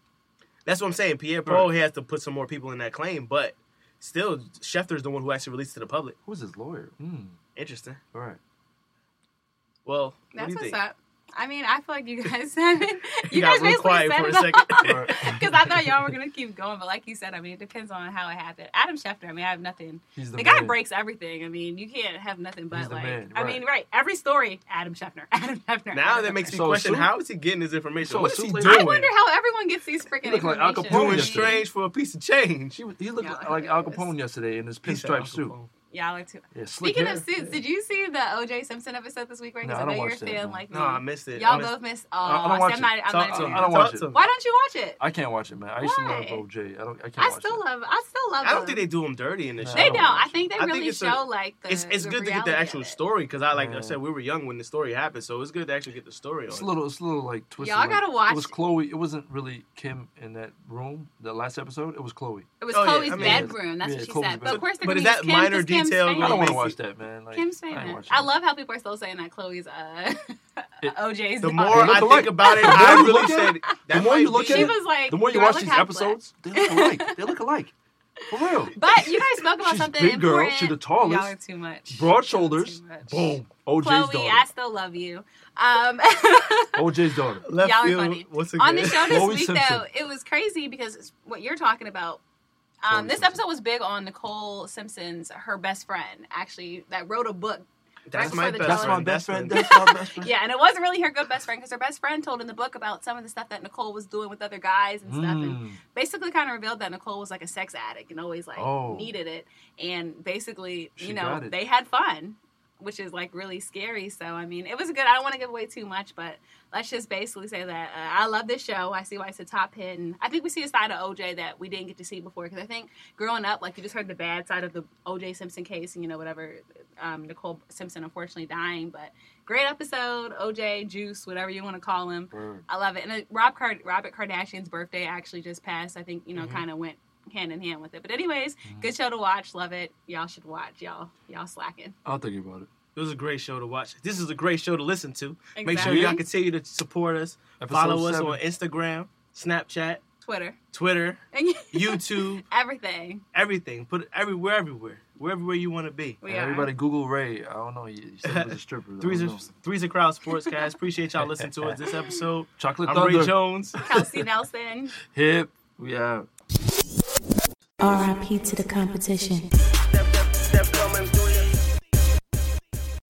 S1: That's what I'm saying. Pierre Paul has to put some more people in that claim, but still, Schefter's the one who actually released it to the public.
S5: Who's his lawyer? Hmm.
S1: Interesting.
S5: All right.
S1: Well, what do
S4: That's
S1: you
S4: what's
S1: think?
S4: up. I mean, I feel like you guys. I mean, you,
S1: You got
S4: guys
S1: real
S4: basically
S1: quiet
S4: said
S1: for a
S4: it all.
S1: second.
S4: Because I thought y'all were gonna keep going, but like you said, I mean, it depends on how it happened. Adam Schefter, I mean, I have nothing.
S5: He's the
S4: the guy
S5: man.
S4: breaks everything. I mean, you can't have nothing but
S5: He's the
S4: like.
S5: man,
S4: I
S5: right.
S4: mean, right? Every story, Adam Schefter, Adam Schefter.
S1: Now
S4: Adam
S1: that makes
S4: Schefter.
S1: me
S5: So
S1: question:
S5: soon-
S1: How is he getting his information?
S5: So
S1: what is he
S5: soon-
S1: doing?
S4: I wonder how everyone gets these freaking
S5: look like Al
S4: information.
S5: Capone
S1: doing
S5: yesterday.
S1: strange for a piece of change.
S5: He, was- he looked
S4: Yeah, I
S5: like
S4: think
S5: Al
S4: it is.
S5: Capone yesterday in his
S1: He said Al
S5: pinstripe suit.
S1: Capone.
S4: Yeah, I like to.
S5: Yeah, slick
S4: Speaking
S5: hair.
S4: of suits, did you see the O.J. Simpson episode this week? Right?
S5: No,
S4: Because
S5: I
S4: I,
S5: don't
S4: know you're a
S5: watch that,
S4: fan
S5: no.
S4: like me.
S1: No, I missed it. I
S4: Y'all
S1: missed-
S4: both missed. Oh,
S5: I- I don't watch
S4: see, I'm not.
S5: it.
S1: Talk
S4: I'm not
S1: to
S4: even
S1: him.
S5: I don't
S1: Talk
S5: watch
S1: to
S5: it.
S1: him.
S4: Why don't you watch it? I,
S5: I can't watch it, man. I used
S4: Why?
S5: to love OJ. I don't. I can't. watch
S4: still
S5: that.
S4: love. I still love.
S1: I don't
S4: them.
S1: think they do him dirty in this
S5: No.
S1: show.
S4: They don't. I
S5: much.
S4: think they
S1: I think
S4: really
S1: it's a-
S4: show like the.
S1: It's, it's
S4: the
S1: good to get
S4: reality
S1: the
S4: of
S1: actual
S4: it.
S1: story because I like I
S5: Yeah.
S1: said we were young when the story happened, so it's good to actually get the story
S5: It's a
S1: on.
S5: little. It's a little like twisted.
S4: Y'all
S5: like-
S4: gotta watch
S5: It was
S4: it.
S5: Chloe. It wasn't really Kim in that room. The last episode. It was Chloe.
S4: It was
S1: Oh, yeah,
S4: Chloe's
S1: I mean-
S4: bedroom. That's
S5: Yeah,
S4: what she
S5: Chloe's
S4: said. But
S5: bedroom.
S4: of course, they're
S1: But
S4: gonna
S1: is
S4: use
S1: that
S4: Kim,
S1: minor
S4: 'cause Kim Kim's
S1: details.
S4: fan.
S1: gonna
S5: I don't want
S1: make
S5: to
S1: you-
S5: watch that, man. Like,
S4: Kim's
S5: I ain't
S4: fan.
S5: watching
S4: I
S5: that.
S4: love how people are still saying that Chloe's uh, OJ's
S1: The
S4: daughter.
S1: more I
S5: alike.
S1: think about it,
S5: The more
S1: I
S5: you
S1: really
S5: look at
S1: said
S5: it,
S1: that
S5: the more
S1: might
S5: you look
S1: be-
S5: at
S4: She
S5: it,
S4: was like,
S5: the more you
S4: "Girl,
S5: watch
S4: look
S5: these
S4: how
S5: episodes, they look alike. they look alike. For real.
S4: But you guys spoke about
S5: She's a
S4: something
S5: big girl.
S4: important.
S5: She's the tallest.
S4: Y'all are too much. Y'all are
S5: Broad
S4: too
S5: shoulders.
S4: much.
S5: Boom. OJ's
S4: Chloe,
S5: daughter.
S4: I still love you. Um,
S5: OJ's daughter.
S1: Left
S4: y'all are
S1: field
S4: funny.
S1: once
S4: On the
S1: again.
S4: show this
S5: Chloe
S4: week,
S5: Simpson.
S4: though, it was crazy because it's what you're talking about. Um,
S5: Chloe
S4: this
S5: Simpson.
S4: episode was big on Nicole Simpson's, her best friend, actually, that wrote a book.
S1: That's
S4: Right
S1: my
S4: before the
S1: best
S5: That's my
S1: friend.
S5: best friend.
S1: That's
S5: That's my best friend.
S4: Yeah, and it wasn't really her good best friend because her best friend told in the book about some of the stuff that Nicole was doing with other guys and stuff. And
S5: Mm.
S4: basically kind of revealed that Nicole was like a sex addict and always like
S5: Oh.
S4: needed it. And basically,
S5: She
S4: you know,
S5: got it.
S4: they had fun, which is like really scary. So, I mean, it was good. I don't want to give away too much, but let's just basically say that uh, I love this show. I see why it's a top hit. And I think we see a side of OJ that we didn't get to see before. Because I think growing up, like you just heard the bad side of the OJ Simpson case and, you know, whatever, um, Nicole Simpson unfortunately dying. But great episode, OJ, Juice, whatever you want to call him.
S5: Word.
S4: I love it. And it, Rob Card- Robert Kardashian's birthday actually just passed. I think you know kind of went hand in hand with it. But anyways, good show to watch. Love it. Y'all should watch. Y'all y'all slacking.
S5: I'll think about it.
S1: It was a great show to watch. This is a great show to listen to. Make sure
S4: Exactly.
S1: y'all continue to support us.
S5: Episode
S1: follow us
S5: seven.
S1: on Instagram, Snapchat,
S4: Twitter,
S1: Twitter, YouTube,
S4: everything.
S1: everything. Put it everywhere, everywhere. We're everywhere you want to be.
S4: We
S5: Everybody
S4: are.
S5: Google Ray. I don't know. He, he said he was a stripper. I
S1: Three's
S5: don't
S1: a,
S5: know.
S1: Three's a Crowd Sportscast. Appreciate y'all listening to us this episode.
S5: Chocolate
S1: I'm Ray
S5: Thunder.
S1: Jones.
S4: Kelsey Nelson.
S5: Hip. We out.
S2: RIP to the competition.
S3: Steph coming through ya.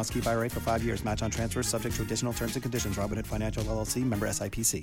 S6: Must keep IRA for five years. Match on transfers subject to additional terms and conditions. Robinhood Financial LLC member SIPC.